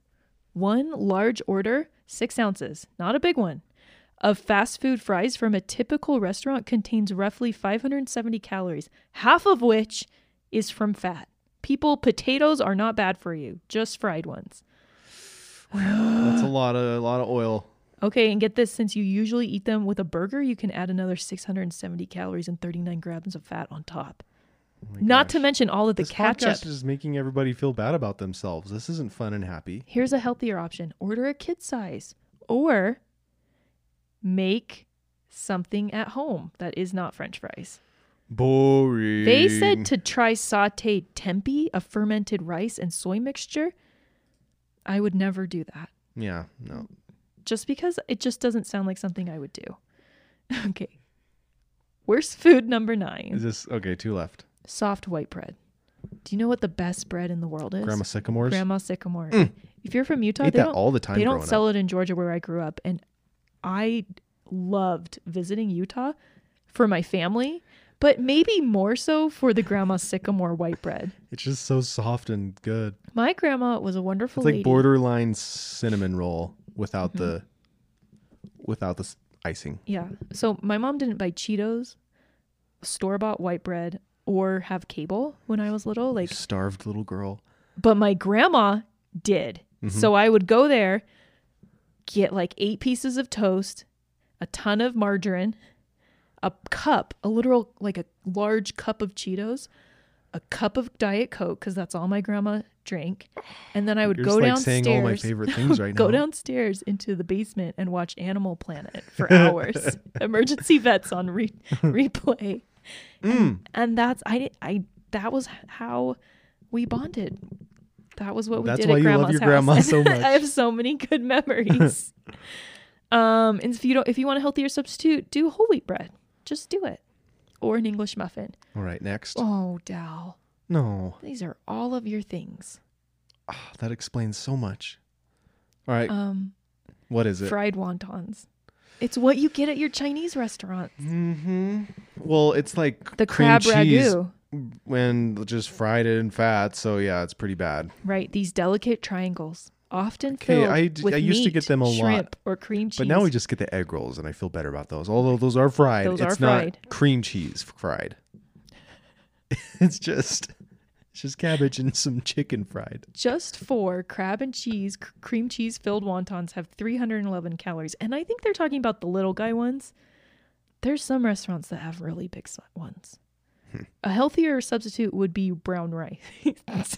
[SPEAKER 2] one large order, six ounces, not a big one, of fast food fries from a typical restaurant contains roughly 570 calories, half of which is from fat. People, potatoes are not bad for you, just fried ones.
[SPEAKER 1] That's
[SPEAKER 2] (gasps)
[SPEAKER 1] a lot of a lot of oil.
[SPEAKER 2] Okay, and get this since you usually eat them with a burger, you can add another 670 calories and 39 grams of fat on top.
[SPEAKER 1] Oh
[SPEAKER 2] Not to mention all of the
[SPEAKER 1] this
[SPEAKER 2] ketchup.
[SPEAKER 1] podcast is making everybody feel bad about themselves. This isn't fun and happy.
[SPEAKER 2] Here's a healthier option order a kid size or make something at home that is not french fries.
[SPEAKER 1] Boring.
[SPEAKER 2] They said to try sauteed tempeh, a fermented rice and soy mixture. I would never do that
[SPEAKER 1] Yeah. No.
[SPEAKER 2] just because it just doesn't sound like something I would do. (laughs) Okay. Worst food number
[SPEAKER 1] Is
[SPEAKER 2] nine
[SPEAKER 1] this okay? Two left.
[SPEAKER 2] soft white bread. Do you know what the best bread in the world is?
[SPEAKER 1] Grandma sycamores.
[SPEAKER 2] Grandma sycamore. If you're from Utah,
[SPEAKER 1] Mm. Ate
[SPEAKER 2] they
[SPEAKER 1] that
[SPEAKER 2] don't
[SPEAKER 1] all the time
[SPEAKER 2] They don't
[SPEAKER 1] growing
[SPEAKER 2] sell it in Georgia where I grew up, and I loved visiting Utah for my family, but maybe more so for the grandma sycamore white bread.
[SPEAKER 1] It's just so soft and good.
[SPEAKER 2] My grandma was a wonderful
[SPEAKER 1] It's like
[SPEAKER 2] lady.
[SPEAKER 1] borderline cinnamon roll without the
[SPEAKER 2] Mm-hmm.
[SPEAKER 1] without the s- icing.
[SPEAKER 2] Yeah. So my mom didn't buy Cheetos, store bought white bread, or have cable when I was little. Like
[SPEAKER 1] Starved little girl.
[SPEAKER 2] but my grandma did.
[SPEAKER 1] Mm-hmm.
[SPEAKER 2] So I would go there, get like eight pieces of toast, a ton of margarine, a cup, a literal like a large cup of Cheetos, a cup of Diet Coke because that's all my grandma drank, and then I would
[SPEAKER 1] You're
[SPEAKER 2] go
[SPEAKER 1] just, like,
[SPEAKER 2] downstairs.
[SPEAKER 1] saying all my
[SPEAKER 2] (laughs)
[SPEAKER 1] favorite things right
[SPEAKER 2] go
[SPEAKER 1] now.
[SPEAKER 2] downstairs into the basement and watch Animal Planet for
[SPEAKER 1] (laughs)
[SPEAKER 2] hours. Emergency vets on re- replay
[SPEAKER 1] Mm.
[SPEAKER 2] and that's I did I that was how we bonded. That was what we
[SPEAKER 1] That's
[SPEAKER 2] did
[SPEAKER 1] why
[SPEAKER 2] at
[SPEAKER 1] you love
[SPEAKER 2] grandma's
[SPEAKER 1] your
[SPEAKER 2] house.
[SPEAKER 1] grandma so much.
[SPEAKER 2] (laughs) I have so many
[SPEAKER 1] (laughs)
[SPEAKER 2] good memories. um, and if you don't, if you want a healthier substitute, do whole wheat bread. Just do it, or an English muffin.
[SPEAKER 1] All right, next.
[SPEAKER 2] Oh, Dal,
[SPEAKER 1] No,
[SPEAKER 2] these are all of your things.
[SPEAKER 1] Ah, that explains so much. All right,
[SPEAKER 2] Um,
[SPEAKER 1] what is it?
[SPEAKER 2] fried wontons. It's what you get at your Chinese restaurant.
[SPEAKER 1] mm-hmm. Well, it's like
[SPEAKER 2] The
[SPEAKER 1] cream
[SPEAKER 2] crab
[SPEAKER 1] cheese
[SPEAKER 2] ragu.
[SPEAKER 1] when just fried in fat. So yeah, it's pretty bad.
[SPEAKER 2] Right, these delicate triangles, often
[SPEAKER 1] Okay,
[SPEAKER 2] filled
[SPEAKER 1] I d-
[SPEAKER 2] with
[SPEAKER 1] I used to
[SPEAKER 2] meat,
[SPEAKER 1] get them a lot,
[SPEAKER 2] shrimp, or cream cheese.
[SPEAKER 1] But now we just get the egg rolls, and I feel better about those. Although those are fried,
[SPEAKER 2] Those are
[SPEAKER 1] it's
[SPEAKER 2] fried.
[SPEAKER 1] not cream cheese fried. (laughs) it's just it's just cabbage and some chicken fried.
[SPEAKER 2] just four crab and cheese, c- cream cheese filled wontons have 311 calories. And I think they're talking about the little guy ones. There's some restaurants that have really big s- ones.
[SPEAKER 1] Hmm.
[SPEAKER 2] A healthier substitute would be brown rice. (laughs)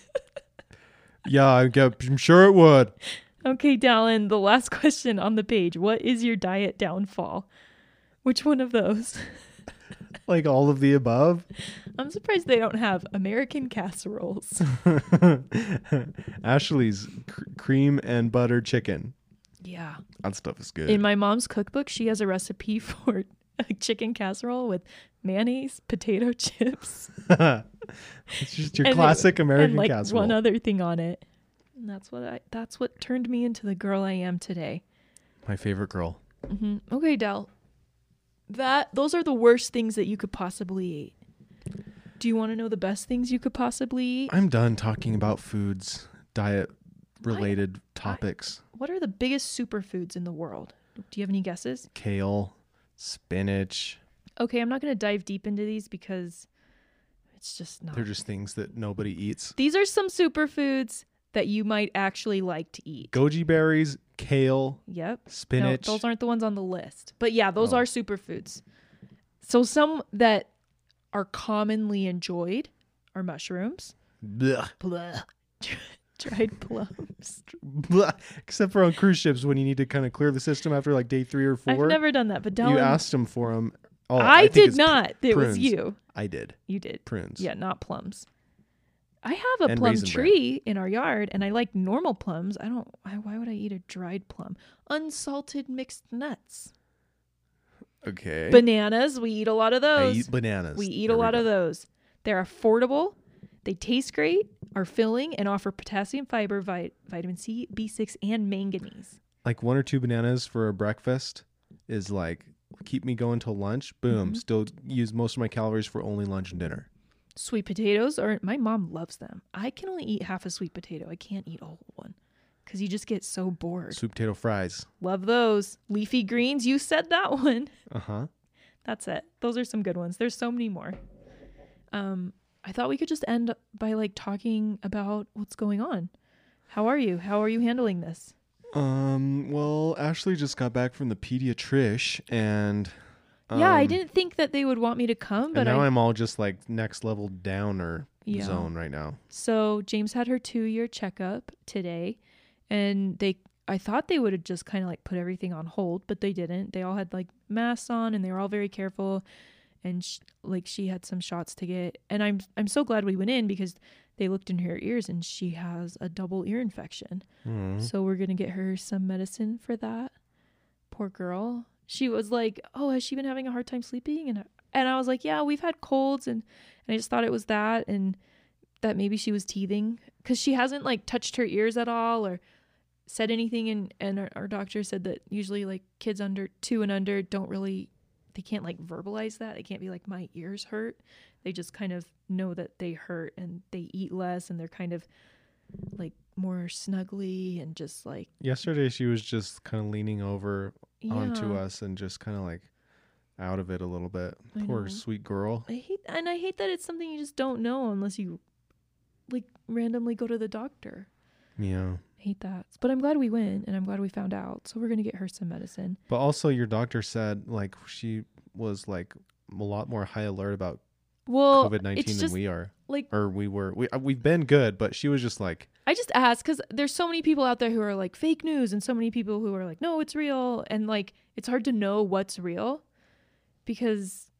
[SPEAKER 1] Yeah, I get, I'm sure it would.
[SPEAKER 2] okay, Dallin, the last (laughs) question on the page. What is your diet downfall? Which one of those? (laughs)
[SPEAKER 1] Like all of the above.
[SPEAKER 2] I'm surprised they don't have
[SPEAKER 1] (laughs)
[SPEAKER 2] American casseroles.
[SPEAKER 1] Ashley's cr- cream and butter chicken.
[SPEAKER 2] yeah.
[SPEAKER 1] That stuff is good.
[SPEAKER 2] In my mom's cookbook, she has a recipe (laughs) for a chicken casserole with mayonnaise, potato chips,
[SPEAKER 1] it's just your
[SPEAKER 2] and-
[SPEAKER 1] classic American
[SPEAKER 2] and like
[SPEAKER 1] casserole.
[SPEAKER 2] one other thing on it. And that's what I that's what turned me into the girl I am today.
[SPEAKER 1] my favorite girl.
[SPEAKER 2] Okay, Dell. That those are the worst things that you could possibly eat. Do you want to know the best things you could possibly eat?
[SPEAKER 1] I'm done talking about foods, diet related topics.
[SPEAKER 2] What are the biggest superfoods in the world? Do you have any guesses?
[SPEAKER 1] Kale, spinach.
[SPEAKER 2] Okay, I'm not going to dive deep into these because it's just not.
[SPEAKER 1] They're just things that nobody eats.
[SPEAKER 2] (laughs) These are some superfoods that you might actually like to eat.
[SPEAKER 1] Goji berries, kale,
[SPEAKER 2] Yep.
[SPEAKER 1] spinach. Oh.
[SPEAKER 2] No, those aren't the ones on the list. But yeah, those are superfoods. So some that are commonly enjoyed are mushrooms, (laughs)
[SPEAKER 1] Blech,
[SPEAKER 2] blah, dried (laughs) plums.
[SPEAKER 1] blech. Except for on cruise ships when you need to kind of clear the system after like day three or 4
[SPEAKER 2] I've never done that, but don't.
[SPEAKER 1] you asked him for them. Oh,
[SPEAKER 2] I,
[SPEAKER 1] think
[SPEAKER 2] did
[SPEAKER 1] it's pr-
[SPEAKER 2] not. it was
[SPEAKER 1] prunes.
[SPEAKER 2] you.
[SPEAKER 1] I did.
[SPEAKER 2] You did.
[SPEAKER 1] Prunes.
[SPEAKER 2] Yeah, not plums. I have a
[SPEAKER 1] And
[SPEAKER 2] plum
[SPEAKER 1] raisin bran.
[SPEAKER 2] tree in our yard, and I like normal plums. I don't. Why, why would I eat a dried plum? Unsalted mixed nuts,
[SPEAKER 1] Okay.
[SPEAKER 2] bananas. We eat a lot of
[SPEAKER 1] I
[SPEAKER 2] those.
[SPEAKER 1] eat bananas.
[SPEAKER 2] We eat
[SPEAKER 1] There
[SPEAKER 2] a lot
[SPEAKER 1] go.
[SPEAKER 2] of those. They're affordable, they taste great, are filling, and offer potassium, fiber, vit- vitamin C, B6, and manganese.
[SPEAKER 1] Like one or two bananas for a breakfast is like keep me going till lunch.
[SPEAKER 2] Mm-hmm.
[SPEAKER 1] Boom. Still use most of my calories for only lunch and dinner.
[SPEAKER 2] Sweet potatoes are, my mom loves them. I can only eat half a sweet potato. I can't eat a whole one. because you just get so bored.
[SPEAKER 1] Sweet potato fries.
[SPEAKER 2] Love those. Leafy greens, you said that (laughs) one.
[SPEAKER 1] Uh huh.
[SPEAKER 2] That's it. Those are some good ones. There's so many more. Um, I thought we could just end by like talking about what's going on. How are you? How are you handling this?
[SPEAKER 1] Um. Well, Ashley just got back from the pediatrish, and
[SPEAKER 2] yeah, I
[SPEAKER 1] um,
[SPEAKER 2] didn't think that they would want me to come, but
[SPEAKER 1] and now
[SPEAKER 2] I,
[SPEAKER 1] I'm all just like next level downer
[SPEAKER 2] Yeah.
[SPEAKER 1] zone right now.
[SPEAKER 2] so James had her two year checkup today, and they I thought they would have just kind of like put everything on hold, but they didn't. They all had like masks on, and they were all very careful, and sh- like she had some shots to get, and I'm I'm so glad we went in because they looked in her ears and she has a double ear infection.
[SPEAKER 1] Mm.
[SPEAKER 2] So we're gonna get her some medicine for that. Poor girl. She was like, "Oh, has she been having a hard time sleeping?" And I, and I was like, "Yeah, we've had colds, and and I just thought it was that, and that maybe she was teething because she hasn't like touched her ears at all or said anything. And and our, our doctor said that usually like kids under two and under don't really they can't like verbalize that. They can't be like my ears hurt. They just kind of know that they hurt and they eat less and they're kind of like more snuggly and just like
[SPEAKER 1] Yesterday, she was just kind of leaning over
[SPEAKER 2] yeah.
[SPEAKER 1] onto us and just kind of like out of it a little bit.
[SPEAKER 2] I
[SPEAKER 1] Poor
[SPEAKER 2] know.
[SPEAKER 1] sweet girl.
[SPEAKER 2] I hate and I hate that it's something you just don't know unless you like randomly go to the doctor.
[SPEAKER 1] Yeah.
[SPEAKER 2] I hate that. But I'm glad we went and I'm glad we found out. So we're gonna get her some medicine.
[SPEAKER 1] But also, your doctor said like she was like a lot more high alert about
[SPEAKER 2] Well,
[SPEAKER 1] COVID nineteen
[SPEAKER 2] it's
[SPEAKER 1] than
[SPEAKER 2] just
[SPEAKER 1] we are,
[SPEAKER 2] like
[SPEAKER 1] or we were. We uh, we've been good, but she was just like,
[SPEAKER 2] I just ask because there's so many people out there who are like fake news and so many people who are like, no, it's real. And like, it's hard to know what's real because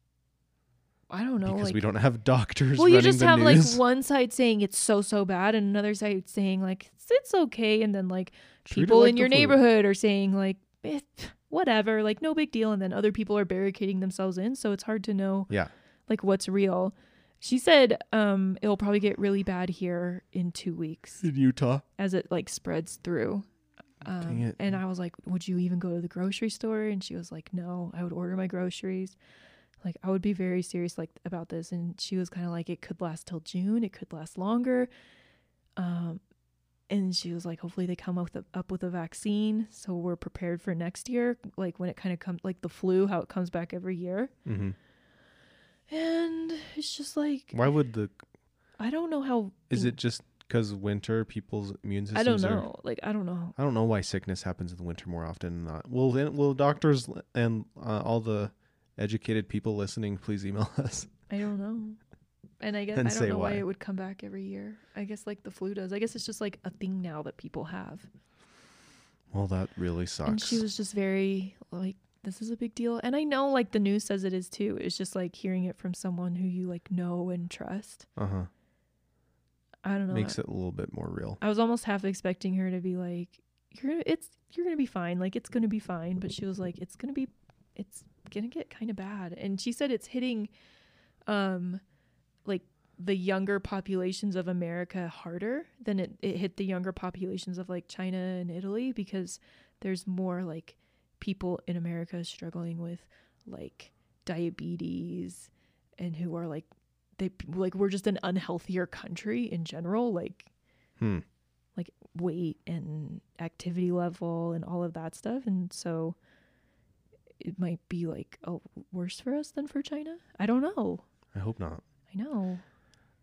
[SPEAKER 2] I don't know.
[SPEAKER 1] because
[SPEAKER 2] like,
[SPEAKER 1] we don't have (laughs) doctors.
[SPEAKER 2] well,
[SPEAKER 1] running
[SPEAKER 2] you just
[SPEAKER 1] the
[SPEAKER 2] have
[SPEAKER 1] news.
[SPEAKER 2] like one side saying it's so, so bad and another side saying like it's, it's okay. And then like
[SPEAKER 1] Treat it
[SPEAKER 2] people
[SPEAKER 1] like
[SPEAKER 2] in
[SPEAKER 1] the
[SPEAKER 2] your
[SPEAKER 1] flu.
[SPEAKER 2] neighborhood are saying like, eh, whatever, like no big deal. And then other people are barricading themselves in. So it's hard to know
[SPEAKER 1] Yeah.
[SPEAKER 2] like what's real. She said um, it'll probably get really bad here in two weeks
[SPEAKER 1] In Utah.
[SPEAKER 2] as it like spreads through.
[SPEAKER 1] Dang
[SPEAKER 2] Um,
[SPEAKER 1] it.
[SPEAKER 2] and I was like, "Would you even go to the grocery store?" And she was like, "No, I would order my groceries. Like, I would be very serious like about this." And she was kind of like, "It could last till June. It could last longer." Um, and she was like, "Hopefully, they come up with a, up with a vaccine, so we're prepared for next year. Like when it kind of comes, like the flu, how it comes back every year."
[SPEAKER 1] hmm
[SPEAKER 2] And it's just like
[SPEAKER 1] Why would the?
[SPEAKER 2] I don't know how.
[SPEAKER 1] Is it just because winter people's immune systems?
[SPEAKER 2] I don't
[SPEAKER 1] are-
[SPEAKER 2] know. Like I don't know.
[SPEAKER 1] I don't know why sickness happens in the winter more often than not. Will then- will doctors and uh, all the educated people listening please email (laughs) us?
[SPEAKER 2] I don't know. And I guess
[SPEAKER 1] And
[SPEAKER 2] I
[SPEAKER 1] say
[SPEAKER 2] don't know why.
[SPEAKER 1] why.
[SPEAKER 2] it would come back every year. I guess like the flu does. I guess it's just like a thing now that people have.
[SPEAKER 1] Well, that really sucks.
[SPEAKER 2] And she was just very like, this is a big deal. And I know like the news says it is too. It's just like hearing it from someone who you like know and trust.
[SPEAKER 1] uh huh.
[SPEAKER 2] I don't know.
[SPEAKER 1] Makes it a little bit more real.
[SPEAKER 2] I was almost half expecting her to be like, you're gonna- it's you're gonna be fine. Like it's gonna be fine. But she was like, it's gonna be, it's gonna get kind of bad. And she said it's hitting, um, like the younger populations of America harder than it it hit the younger populations of like China and Italy because there's more like people in America struggling with like diabetes and who are like they like we're just an unhealthier country in general like
[SPEAKER 1] Hmm.
[SPEAKER 2] like weight and activity level and all of that stuff and so it might be like oh worse for us than for china i don't know
[SPEAKER 1] I hope not.
[SPEAKER 2] i know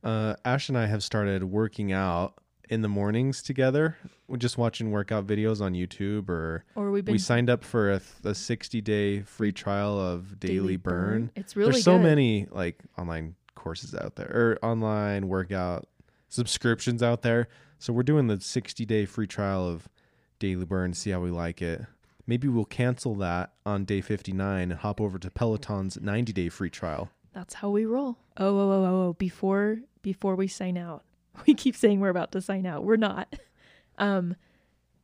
[SPEAKER 1] uh, Ash and I have started working out in the mornings together. We're just watching workout videos on YouTube, or
[SPEAKER 2] or we've been
[SPEAKER 1] we signed up for a, th- a 60 day free trial of Daily, Burn.
[SPEAKER 2] it's really
[SPEAKER 1] There's so
[SPEAKER 2] good.
[SPEAKER 1] many like online courses out there or online workout subscriptions out there. So we're doing the 60 day free trial of Daily Burn, see how we like it. Maybe we'll cancel that on day 59 and hop over to Peloton's 90 day free trial.
[SPEAKER 2] that's how we roll oh oh oh oh, oh. before before we sign out (laughs) we keep saying we're about to sign out we're not (laughs) um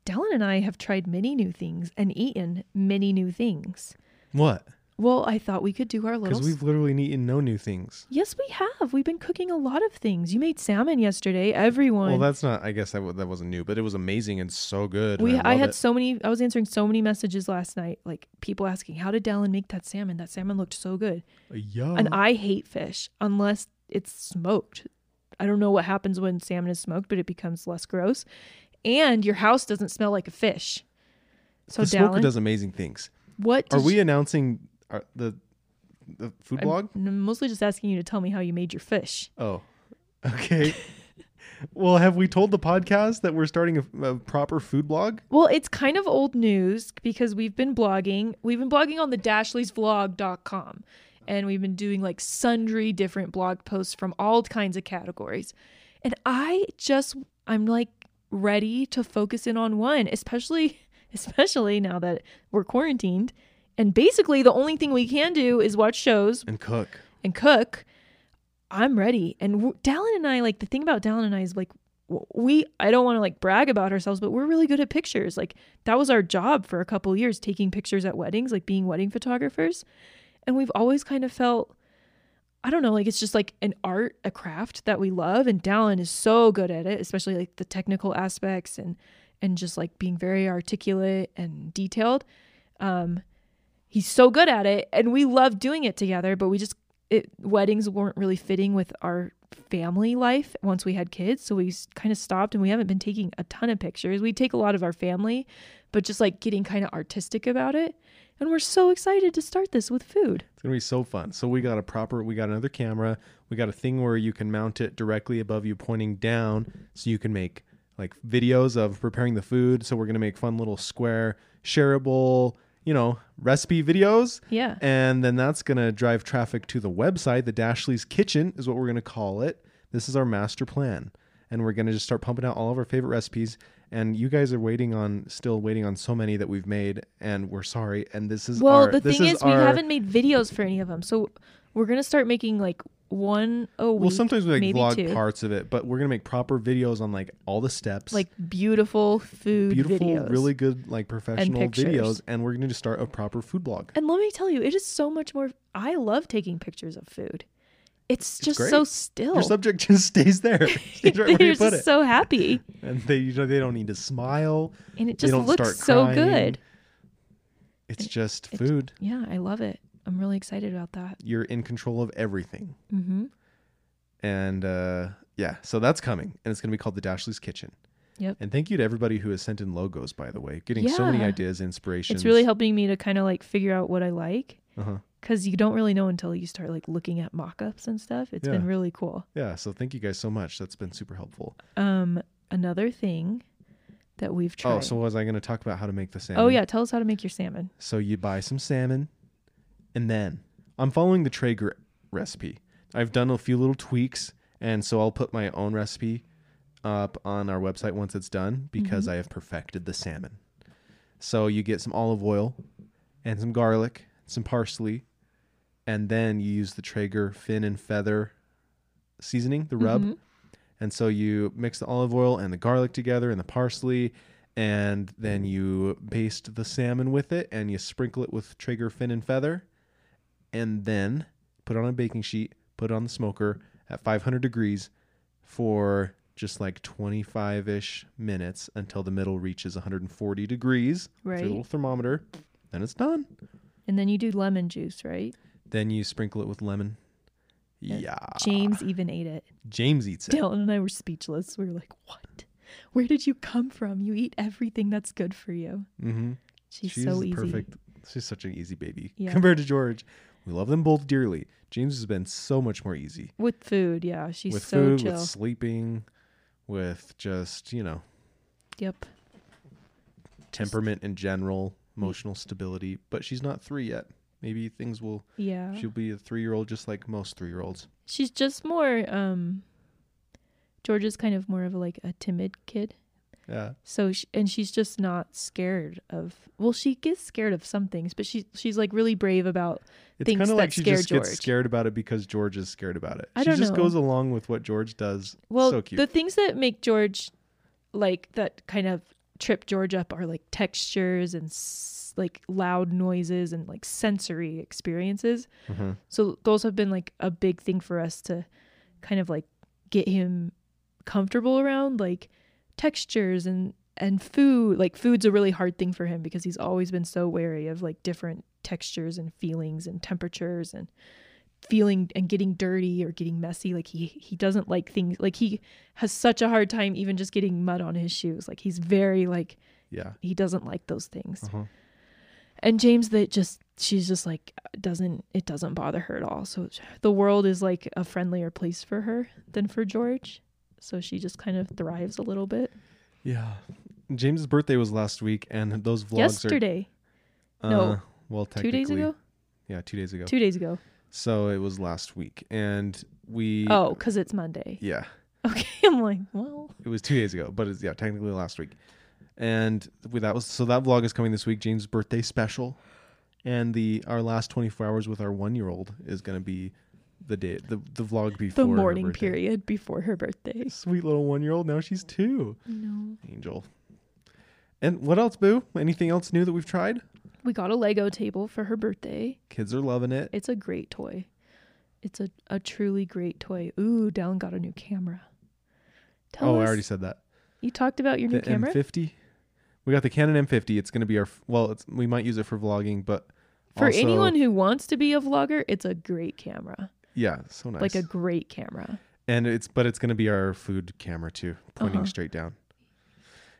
[SPEAKER 2] Dallin and I have tried many new things and eaten many new things.
[SPEAKER 1] What?
[SPEAKER 2] Well, I thought we could do our little
[SPEAKER 1] Because we've literally eaten no new things.
[SPEAKER 2] Yes, we have. We've been cooking a lot of things. You made salmon yesterday. Everyone.
[SPEAKER 1] Well, that's not. I guess that wa- that wasn't new, but it was amazing and so good. and
[SPEAKER 2] we I,
[SPEAKER 1] love
[SPEAKER 2] had
[SPEAKER 1] it.
[SPEAKER 2] so many. I was answering so many messages last night, like people asking, "How did Dallin make that salmon? That salmon looked so good."
[SPEAKER 1] yeah.
[SPEAKER 2] And I hate fish unless it's smoked. I don't know what happens when salmon is smoked, but it becomes less gross. and your house doesn't smell like a fish. So
[SPEAKER 1] the smoker
[SPEAKER 2] Dallin,
[SPEAKER 1] does amazing things.
[SPEAKER 2] what
[SPEAKER 1] Are
[SPEAKER 2] does-
[SPEAKER 1] we announcing our, the the food
[SPEAKER 2] I'm
[SPEAKER 1] blog?
[SPEAKER 2] I'm mostly just asking you to tell me how you made your fish.
[SPEAKER 1] Oh, (laughs) okay. well, have we told the podcast that we're starting a, a proper food blog?
[SPEAKER 2] Well, it's kind of old news because we've been blogging. We've been blogging on the dashleysvlog.com and we've been doing like sundry different blog posts from all kinds of categories. And I just I'm like ready to focus in on one, especially (laughs) especially now that we're quarantined and basically the only thing we can do is watch shows
[SPEAKER 1] and cook.
[SPEAKER 2] and cook, I'm ready. And w- Dallin and I, like the thing about Dallin and I is like w- we I don't want to like brag about ourselves, but we're really good at pictures. Like that was our job for a couple years, taking pictures at weddings, like being wedding photographers. And we've always kind of felt I don't know, like it's just like an art, a craft that we love and Dallin is so good at it, especially like the technical aspects and and just like being very articulate and detailed. Um he's so good at it and we love doing it together, but we just it, weddings weren't really fitting with our family life once we had kids so we kind of stopped and we haven't been taking a ton of pictures we take a lot of our family but just like getting kind of artistic about it and we're so excited to start this with food
[SPEAKER 1] It's gonna be so fun. So we got a proper, we got another camera. We got a thing where you can mount it directly above you, pointing down, so you can make like videos of preparing the food. So we're gonna make fun little square, shareable, you know, recipe videos.
[SPEAKER 2] yeah
[SPEAKER 1] And then that's going to drive traffic to the website. The Dashley's Kitchen is what we're going to call it. This is our master plan. And we're going to just start pumping out all of our favorite recipes. And you guys are waiting on, still waiting on so many that we've made. And we're sorry. And this is
[SPEAKER 2] well
[SPEAKER 1] our,
[SPEAKER 2] the
[SPEAKER 1] this
[SPEAKER 2] thing is, we
[SPEAKER 1] our-
[SPEAKER 2] haven't made videos for any of them so we're gonna start making like one a week
[SPEAKER 1] Well, sometimes we like
[SPEAKER 2] maybe
[SPEAKER 1] vlog
[SPEAKER 2] two.
[SPEAKER 1] parts of it, but we're going to make proper videos on like all the steps.
[SPEAKER 2] like beautiful food
[SPEAKER 1] beautiful,
[SPEAKER 2] videos.
[SPEAKER 1] really good, like professional videos.
[SPEAKER 2] pictures.
[SPEAKER 1] And we're going to start a proper food blog.
[SPEAKER 2] And let me tell you, it is so much more. I love taking pictures of food. It's just
[SPEAKER 1] great.
[SPEAKER 2] so still. (laughs)
[SPEAKER 1] Your subject (laughs) just stays there. Stays right where
[SPEAKER 2] They're
[SPEAKER 1] you put
[SPEAKER 2] just
[SPEAKER 1] it.
[SPEAKER 2] Oh. so happy,
[SPEAKER 1] and they, you know, they don't need to smile.
[SPEAKER 2] and it
[SPEAKER 1] They
[SPEAKER 2] just
[SPEAKER 1] don't
[SPEAKER 2] looks
[SPEAKER 1] start
[SPEAKER 2] so
[SPEAKER 1] crying.
[SPEAKER 2] good.
[SPEAKER 1] It's just
[SPEAKER 2] it-
[SPEAKER 1] food.
[SPEAKER 2] Yeah, I love it. I'm really excited about that.
[SPEAKER 1] You're in control of everything.
[SPEAKER 2] hmm
[SPEAKER 1] And uh, yeah, so that's coming. And it's going to be called The Dashley's Kitchen.
[SPEAKER 2] Yep.
[SPEAKER 1] And thank you to everybody who has sent in logos, by the way. Getting so many
[SPEAKER 2] Yeah.
[SPEAKER 1] ideas, inspirations.
[SPEAKER 2] It's really helping me to kind of like figure out what I like
[SPEAKER 1] Uh-huh.
[SPEAKER 2] because you don't really know until you start like looking at mock-ups and stuff. It's been
[SPEAKER 1] Yeah.
[SPEAKER 2] really cool.
[SPEAKER 1] Yeah, so thank you guys so much. That's been super helpful.
[SPEAKER 2] Um, another thing that we've tried.
[SPEAKER 1] Oh, so was I going to talk about how to make the salmon?
[SPEAKER 2] oh yeah, tell us how to make your salmon.
[SPEAKER 1] So you buy some salmon, and then I'm following the Traeger recipe. I've done a few little tweaks, and so I'll put my own recipe up on our website once it's done because
[SPEAKER 2] Mm-hmm.
[SPEAKER 1] I have perfected the salmon. So you get some olive oil and some garlic, some parsley, and then you use the Traeger fin and feather seasoning, the rub. And so you mix the olive oil and the garlic together and the parsley, and then you baste the salmon with it and you sprinkle it with Traeger fin and feather, and then put on a baking sheet, put on the smoker at 500 degrees for just like 25 ish minutes until the middle reaches 140 degrees. It's
[SPEAKER 2] Right.
[SPEAKER 1] a little thermometer. Then it's done.
[SPEAKER 2] And then you do lemon juice, right?
[SPEAKER 1] Then you sprinkle it with lemon. Yeah.
[SPEAKER 2] James even ate it.
[SPEAKER 1] James
[SPEAKER 2] (laughs)
[SPEAKER 1] eats it.
[SPEAKER 2] Dylan and I were speechless. We were like, "What? Where did you come from? You eat everything that's good for you."
[SPEAKER 1] Mm-hmm.
[SPEAKER 2] She's, so
[SPEAKER 1] the
[SPEAKER 2] easy.
[SPEAKER 1] perfect. She's such an easy baby
[SPEAKER 2] Yeah.
[SPEAKER 1] compared to George. We love them both dearly. James has been so much more easy
[SPEAKER 2] with food. Yeah, she's
[SPEAKER 1] with
[SPEAKER 2] so
[SPEAKER 1] food,
[SPEAKER 2] chill.
[SPEAKER 1] with sleeping, with just you know
[SPEAKER 2] Yep.
[SPEAKER 1] temperament in general, emotional stability. But she's not three yet. Maybe things will.
[SPEAKER 2] Yeah.
[SPEAKER 1] She'll be a three-year-old just like most three-year-olds.
[SPEAKER 2] she's just more. Um, George is kind of more of like a timid kid.
[SPEAKER 1] Yeah.
[SPEAKER 2] So sh and she's just not scared of. Well, she gets scared of some things, but she she's like really brave about.
[SPEAKER 1] It's
[SPEAKER 2] Things
[SPEAKER 1] kind of
[SPEAKER 2] that
[SPEAKER 1] like she
[SPEAKER 2] scare
[SPEAKER 1] just
[SPEAKER 2] George.
[SPEAKER 1] gets scared about it because George is scared about it.
[SPEAKER 2] I
[SPEAKER 1] she
[SPEAKER 2] don't
[SPEAKER 1] just
[SPEAKER 2] know.
[SPEAKER 1] goes along with what George does.
[SPEAKER 2] Well,
[SPEAKER 1] so cute.
[SPEAKER 2] the things that make George like that kind of trip George up are like textures and s- like loud noises and like sensory experiences.
[SPEAKER 1] Mhm.
[SPEAKER 2] So those have been like a big thing for us to kind of like get him comfortable around like textures and and food. Like food's a really hard thing for him because he's always been so wary of like different textures and feelings and temperatures and feeling and getting dirty or getting messy like he he doesn't like things like he has such a hard time even just getting mud on his shoes like he's very like
[SPEAKER 1] Yeah.
[SPEAKER 2] he doesn't like those things
[SPEAKER 1] Uh-huh.
[SPEAKER 2] and james that just she's just like doesn't it doesn't bother her at all so the world is like a friendlier place for her than for george so she just kind of thrives a little bit
[SPEAKER 1] Yeah. James's birthday was last week, and those vlogs
[SPEAKER 2] yesterday
[SPEAKER 1] are
[SPEAKER 2] no.
[SPEAKER 1] uh, well,
[SPEAKER 2] two days
[SPEAKER 1] technically-
[SPEAKER 2] ago
[SPEAKER 1] Yeah, two days ago.
[SPEAKER 2] two days ago
[SPEAKER 1] So it was last week, and we.
[SPEAKER 2] Oh, 'cause oh because it's monday
[SPEAKER 1] Yeah,
[SPEAKER 2] (laughs) okay i'm like well
[SPEAKER 1] it was two days ago, but it's yeah, technically last week. And with that was so that vlog is coming this week, James' birthday special, and the our last twenty four hours with our one year old is gonna be the day the the vlog
[SPEAKER 2] the
[SPEAKER 1] before her
[SPEAKER 2] morning
[SPEAKER 1] birthday.
[SPEAKER 2] period before her birthday
[SPEAKER 1] Sweet little one year old. Now she's two.
[SPEAKER 2] no
[SPEAKER 1] Angel. And what else, Boo? Anything else new that we've tried?
[SPEAKER 2] we got a lego table for her birthday
[SPEAKER 1] Kids are loving it.
[SPEAKER 2] it's a great toy it's a, a truly great toy ooh Dallin got a new camera Tell
[SPEAKER 1] oh,
[SPEAKER 2] us.
[SPEAKER 1] I already said that.
[SPEAKER 2] You talked about your new
[SPEAKER 1] the
[SPEAKER 2] camera?
[SPEAKER 1] M50. We got the Canon M50. It's going to be our f- well. It's, we might use it for vlogging, but
[SPEAKER 2] For
[SPEAKER 1] also-
[SPEAKER 2] anyone who wants to be a vlogger, it's a great camera.
[SPEAKER 1] yeah, so nice.
[SPEAKER 2] Like a great camera.
[SPEAKER 1] and it's but it's going to be our food camera too, pointing
[SPEAKER 2] Uh-huh.
[SPEAKER 1] straight down.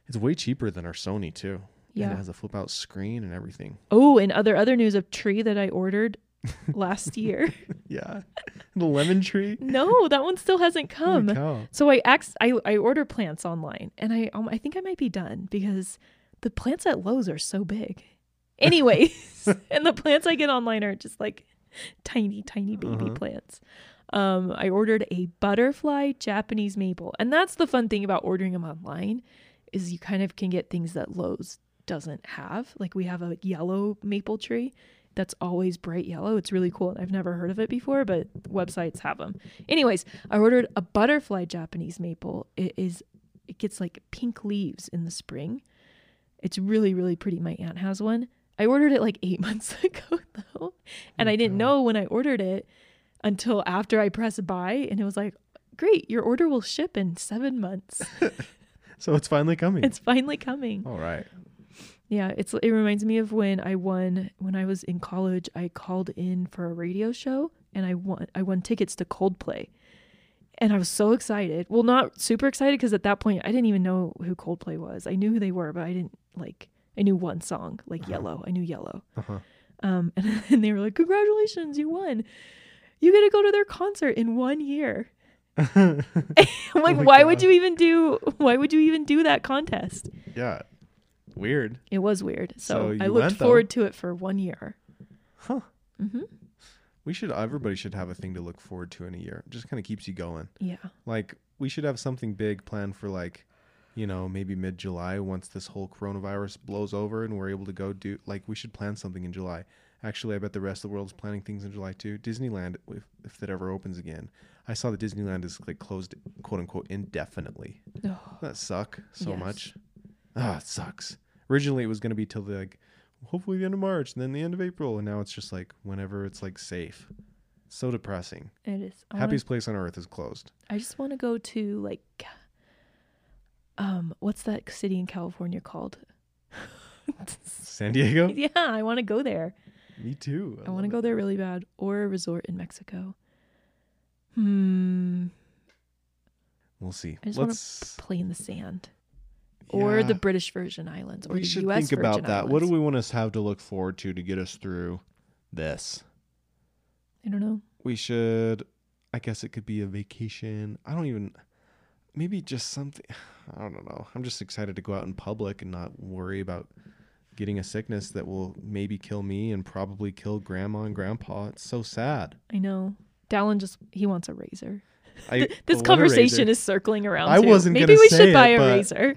[SPEAKER 1] It's way cheaper than our Sony too. and
[SPEAKER 2] Yeah.
[SPEAKER 1] it has a flip out screen and everything.
[SPEAKER 2] Oh, and other other news of tree that I
[SPEAKER 1] (laughs)
[SPEAKER 2] ordered last year.
[SPEAKER 1] Yeah, (laughs) the lemon
[SPEAKER 2] (laughs)
[SPEAKER 1] tree.
[SPEAKER 2] no, that one still hasn't
[SPEAKER 1] Holy
[SPEAKER 2] come.
[SPEAKER 1] cow.
[SPEAKER 2] so I asked, I I order plants online, and I um, I think I might be done because the plants at Lowe's are so big. Anyways, (laughs) and the plants I get online are just like tiny, tiny baby plants. Um, I ordered a butterfly Japanese maple, and that's the fun thing about ordering them online, is you kind of can get things that Lowe's doesn't have. Like we have a yellow maple tree that's always bright yellow. It's really cool. I've never heard of it before, but websites have them. Anyways, I ordered a butterfly Japanese maple. It is, it gets like pink leaves in the spring. It's really, really pretty. My aunt has one. I ordered it like eight (laughs) months ago though, and I didn't know when I ordered it until after I pressed buy, and it was like, "Great, your order will ship in seven months.
[SPEAKER 1] So it's finally coming.
[SPEAKER 2] it's finally coming."
[SPEAKER 1] all right.
[SPEAKER 2] Yeah, it's it reminds me of when I won when I was in college. I called in for a radio show and I won I won tickets to Coldplay. And I was so excited. Well, not super excited because at that point I didn't even know who Coldplay was. I knew who they were, but I didn't like I knew one song, like Yellow. I knew Yellow.
[SPEAKER 1] Uh-huh.
[SPEAKER 2] Um (laughs) and, and they were like, "Congratulations, you won. You get to go to their concert in 1 year."
[SPEAKER 1] (laughs)
[SPEAKER 2] (laughs) I'm like,
[SPEAKER 1] Oh my
[SPEAKER 2] "Why would
[SPEAKER 1] God.
[SPEAKER 2] you even do why would you even do that contest?"
[SPEAKER 1] Yeah. Weird.
[SPEAKER 2] It was weird. So,
[SPEAKER 1] So
[SPEAKER 2] I
[SPEAKER 1] you
[SPEAKER 2] looked
[SPEAKER 1] went, though.
[SPEAKER 2] forward to it for one year.
[SPEAKER 1] We should. Everybody should have a thing to look forward to in a year. It just kind of keeps you going.
[SPEAKER 2] Yeah.
[SPEAKER 1] like we should have something big planned for like you know maybe mid july once this whole coronavirus blows over and we're able to go do like we should plan something in july actually i bet the rest of the world's planning things in july too disneyland if, if that ever opens again i saw that disneyland is like closed quote unquote indefinitely
[SPEAKER 2] Oh,
[SPEAKER 1] Doesn't that suck so
[SPEAKER 2] Yes.
[SPEAKER 1] much ah it sucks originally it was going to be till the like hopefully the end of march and then the end of april and now it's just like whenever it's like safe so depressing
[SPEAKER 2] it is. I, wanna,
[SPEAKER 1] happiest place on earth is closed
[SPEAKER 2] I just want to go to like, um, what's that city in California called?
[SPEAKER 1] san diego
[SPEAKER 2] (laughs) yeah, I want to go there.
[SPEAKER 1] Me too.
[SPEAKER 2] I, want to go there really bad, or a resort in Mexico. Hmm.
[SPEAKER 1] We'll see.
[SPEAKER 2] I just want
[SPEAKER 1] Let's
[SPEAKER 2] to play in the sand, or the
[SPEAKER 1] Yeah.
[SPEAKER 2] British Virgin Islands, or
[SPEAKER 1] we
[SPEAKER 2] the
[SPEAKER 1] should
[SPEAKER 2] U.S.
[SPEAKER 1] think about
[SPEAKER 2] Virgin
[SPEAKER 1] that. What do
[SPEAKER 2] Islands.
[SPEAKER 1] we want to have to look forward to to get us through this?
[SPEAKER 2] I don't know.
[SPEAKER 1] We should. I guess it could be a vacation. I don't even. Maybe just something. (sighs) I don't know. I'm just excited to go out in public and not worry about getting a sickness that will maybe kill me and probably kill grandma and grandpa. It's so sad.
[SPEAKER 2] I know. Dallin just he wants a razor.
[SPEAKER 1] I,
[SPEAKER 2] This conversation is circling around.
[SPEAKER 1] I
[SPEAKER 2] too.
[SPEAKER 1] wasn't
[SPEAKER 2] Maybe
[SPEAKER 1] gonna
[SPEAKER 2] we
[SPEAKER 1] say
[SPEAKER 2] should
[SPEAKER 1] it,
[SPEAKER 2] buy a
[SPEAKER 1] but-
[SPEAKER 2] razor.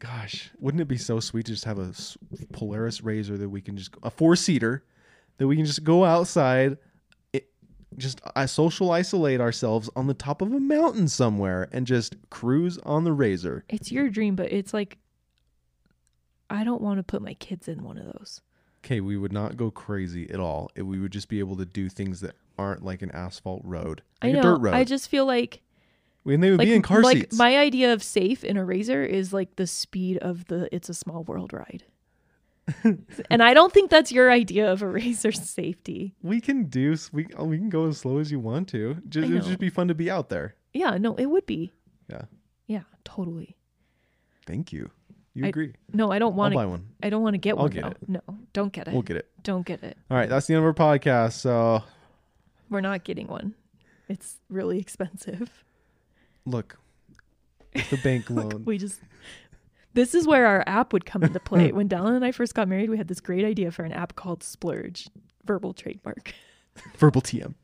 [SPEAKER 1] Gosh, wouldn't it be so sweet to just have a s- Polaris Razor that we can just a four seater that we can just go outside, it, just I social isolate ourselves on the top of a mountain somewhere and just cruise on the Razor.
[SPEAKER 2] It's your dream, but it's like I don't want to put my kids in one of those.
[SPEAKER 1] Okay, we would not go crazy at all. It- we would just be able to do things that aren't like an asphalt road, like
[SPEAKER 2] I know.
[SPEAKER 1] a dirt road.
[SPEAKER 2] I just feel like
[SPEAKER 1] and they would
[SPEAKER 2] like,
[SPEAKER 1] be in car
[SPEAKER 2] like
[SPEAKER 1] seats. (laughs)
[SPEAKER 2] my idea of safe in a razor is like the speed of the it's a small world ride. and I don't think that's your idea of a racer's (laughs) safety.
[SPEAKER 1] We can do. s- We uh, we can go as slow as you want to. Just
[SPEAKER 2] I
[SPEAKER 1] it would
[SPEAKER 2] know.
[SPEAKER 1] just be fun to be out there.
[SPEAKER 2] Yeah, no, it would be.
[SPEAKER 1] Yeah.
[SPEAKER 2] Yeah, totally.
[SPEAKER 1] Thank you. You
[SPEAKER 2] I
[SPEAKER 1] agree?
[SPEAKER 2] No, I don't want
[SPEAKER 1] I'll buy
[SPEAKER 2] to.
[SPEAKER 1] one.
[SPEAKER 2] I don't want to get
[SPEAKER 1] I'll
[SPEAKER 2] one.
[SPEAKER 1] get
[SPEAKER 2] though.
[SPEAKER 1] it.
[SPEAKER 2] No, don't get it.
[SPEAKER 1] We'll get it.
[SPEAKER 2] Don't get it.
[SPEAKER 1] All right, that's the end of our podcast. So
[SPEAKER 2] We're not getting one. It's really expensive.
[SPEAKER 1] look, it's the
[SPEAKER 2] (laughs)
[SPEAKER 1] bank loan.
[SPEAKER 2] We just. This is where our app would come into play. when Dallin and I first got married, we had this great idea for an app called Splurge, verbal trademark. (laughs)
[SPEAKER 1] Verbal TM.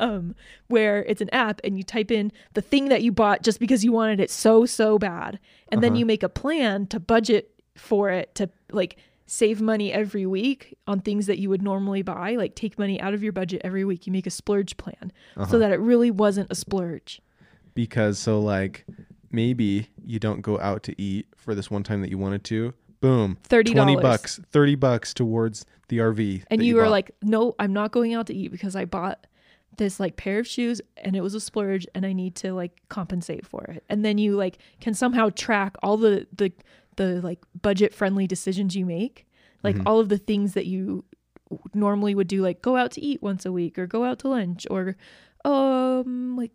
[SPEAKER 2] um, where it's an app and you type in the thing that you bought just because you wanted it so so bad, and then you make a plan to budget for it to like save money every week on things that you would normally buy, like take money out of your budget every week. You make a splurge plan so that it really wasn't a splurge.
[SPEAKER 1] because so like maybe you don't go out to eat for this one time that you wanted to. Boom,
[SPEAKER 2] $30.
[SPEAKER 1] 20 bucks, thirty bucks towards the RV.
[SPEAKER 2] And
[SPEAKER 1] that
[SPEAKER 2] you, were
[SPEAKER 1] bought.
[SPEAKER 2] like, "No, I'm not going out to eat because I bought." this like pair of shoes and it was a splurge and i need to like compensate for it and then you like can somehow track all the the the like budget friendly decisions you make like
[SPEAKER 1] Mm-hmm.
[SPEAKER 2] all of the things that you w- normally would do like go out to eat once a week or go out to lunch or um like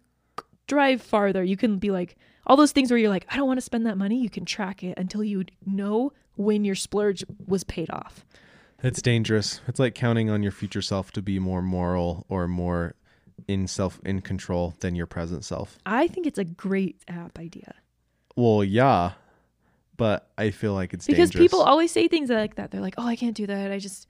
[SPEAKER 2] drive farther you can be like all those things where you're like i don't want to spend that money you can track it until you know when your splurge was paid off
[SPEAKER 1] it's dangerous. It's like counting on your future self to be more moral or more in self in control than your present self.
[SPEAKER 2] i think it's a great app idea
[SPEAKER 1] Well, yeah, but I feel like it's
[SPEAKER 2] because
[SPEAKER 1] dangerous.
[SPEAKER 2] people always say things like that. They're like, "Oh, I can't do that. I just,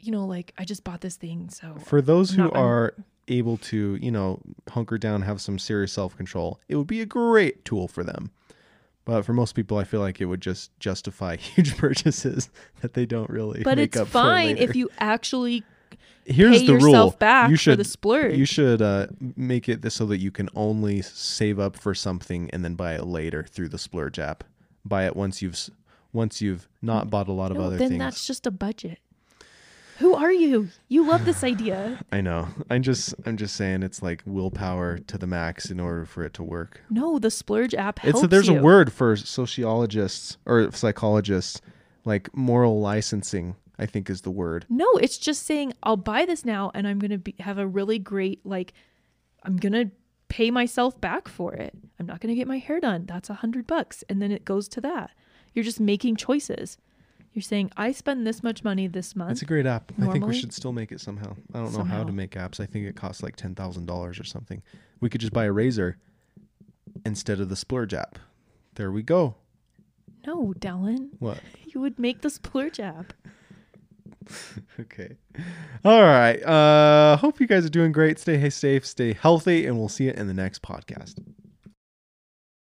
[SPEAKER 2] you know, like I just bought this thing." So
[SPEAKER 1] for those who
[SPEAKER 2] Not- I'm-
[SPEAKER 1] are able to, you know, hunker down, have some serious self control, it would be a great tool for them. But for most people, I feel like it would just justify (laughs) huge purchases that they don't really.
[SPEAKER 2] but
[SPEAKER 1] make
[SPEAKER 2] it's
[SPEAKER 1] up for
[SPEAKER 2] fine
[SPEAKER 1] later.
[SPEAKER 2] if you actually
[SPEAKER 1] Here's
[SPEAKER 2] pay
[SPEAKER 1] the
[SPEAKER 2] yourself
[SPEAKER 1] rule.
[SPEAKER 2] back
[SPEAKER 1] you
[SPEAKER 2] for
[SPEAKER 1] should
[SPEAKER 2] the splurge.
[SPEAKER 1] You should uh, make it this so that you can only save up for something and then buy it later through the splurge app. Buy it once you've s- once you've not bought a lot (laughs) of
[SPEAKER 2] no,
[SPEAKER 1] other
[SPEAKER 2] then
[SPEAKER 1] things.
[SPEAKER 2] that's just a budget. Who are you? You love this idea.
[SPEAKER 1] I know. I'm just I'm just saying it's like willpower to the max in order for it to work.
[SPEAKER 2] No, the splurge app helps
[SPEAKER 1] It's there's
[SPEAKER 2] you.
[SPEAKER 1] a word for sociologists or psychologists, like moral licensing. I think is the word.
[SPEAKER 2] No, it's just saying I'll buy this now, and I'm gonna be, have a really great like, I'm gonna pay myself back for it. I'm not gonna get my hair done. That's a hundred bucks, and then it goes to that. You're just making choices. You're saying I spend this much money this month.
[SPEAKER 1] It's a great app. I think we
[SPEAKER 2] Normally?
[SPEAKER 1] should still make it somehow. I don't know how
[SPEAKER 2] Somehow.
[SPEAKER 1] to make apps. I think it costs like ten thousand dollars or something. We could just buy a razor instead of the splurge app. There we go.
[SPEAKER 2] no, Dallin,
[SPEAKER 1] What? (laughs)
[SPEAKER 2] you would make the splurge app.
[SPEAKER 1] Okay. All right. Uh hope you guys are doing great. Stay safe, stay healthy, and we'll see you in the next podcast.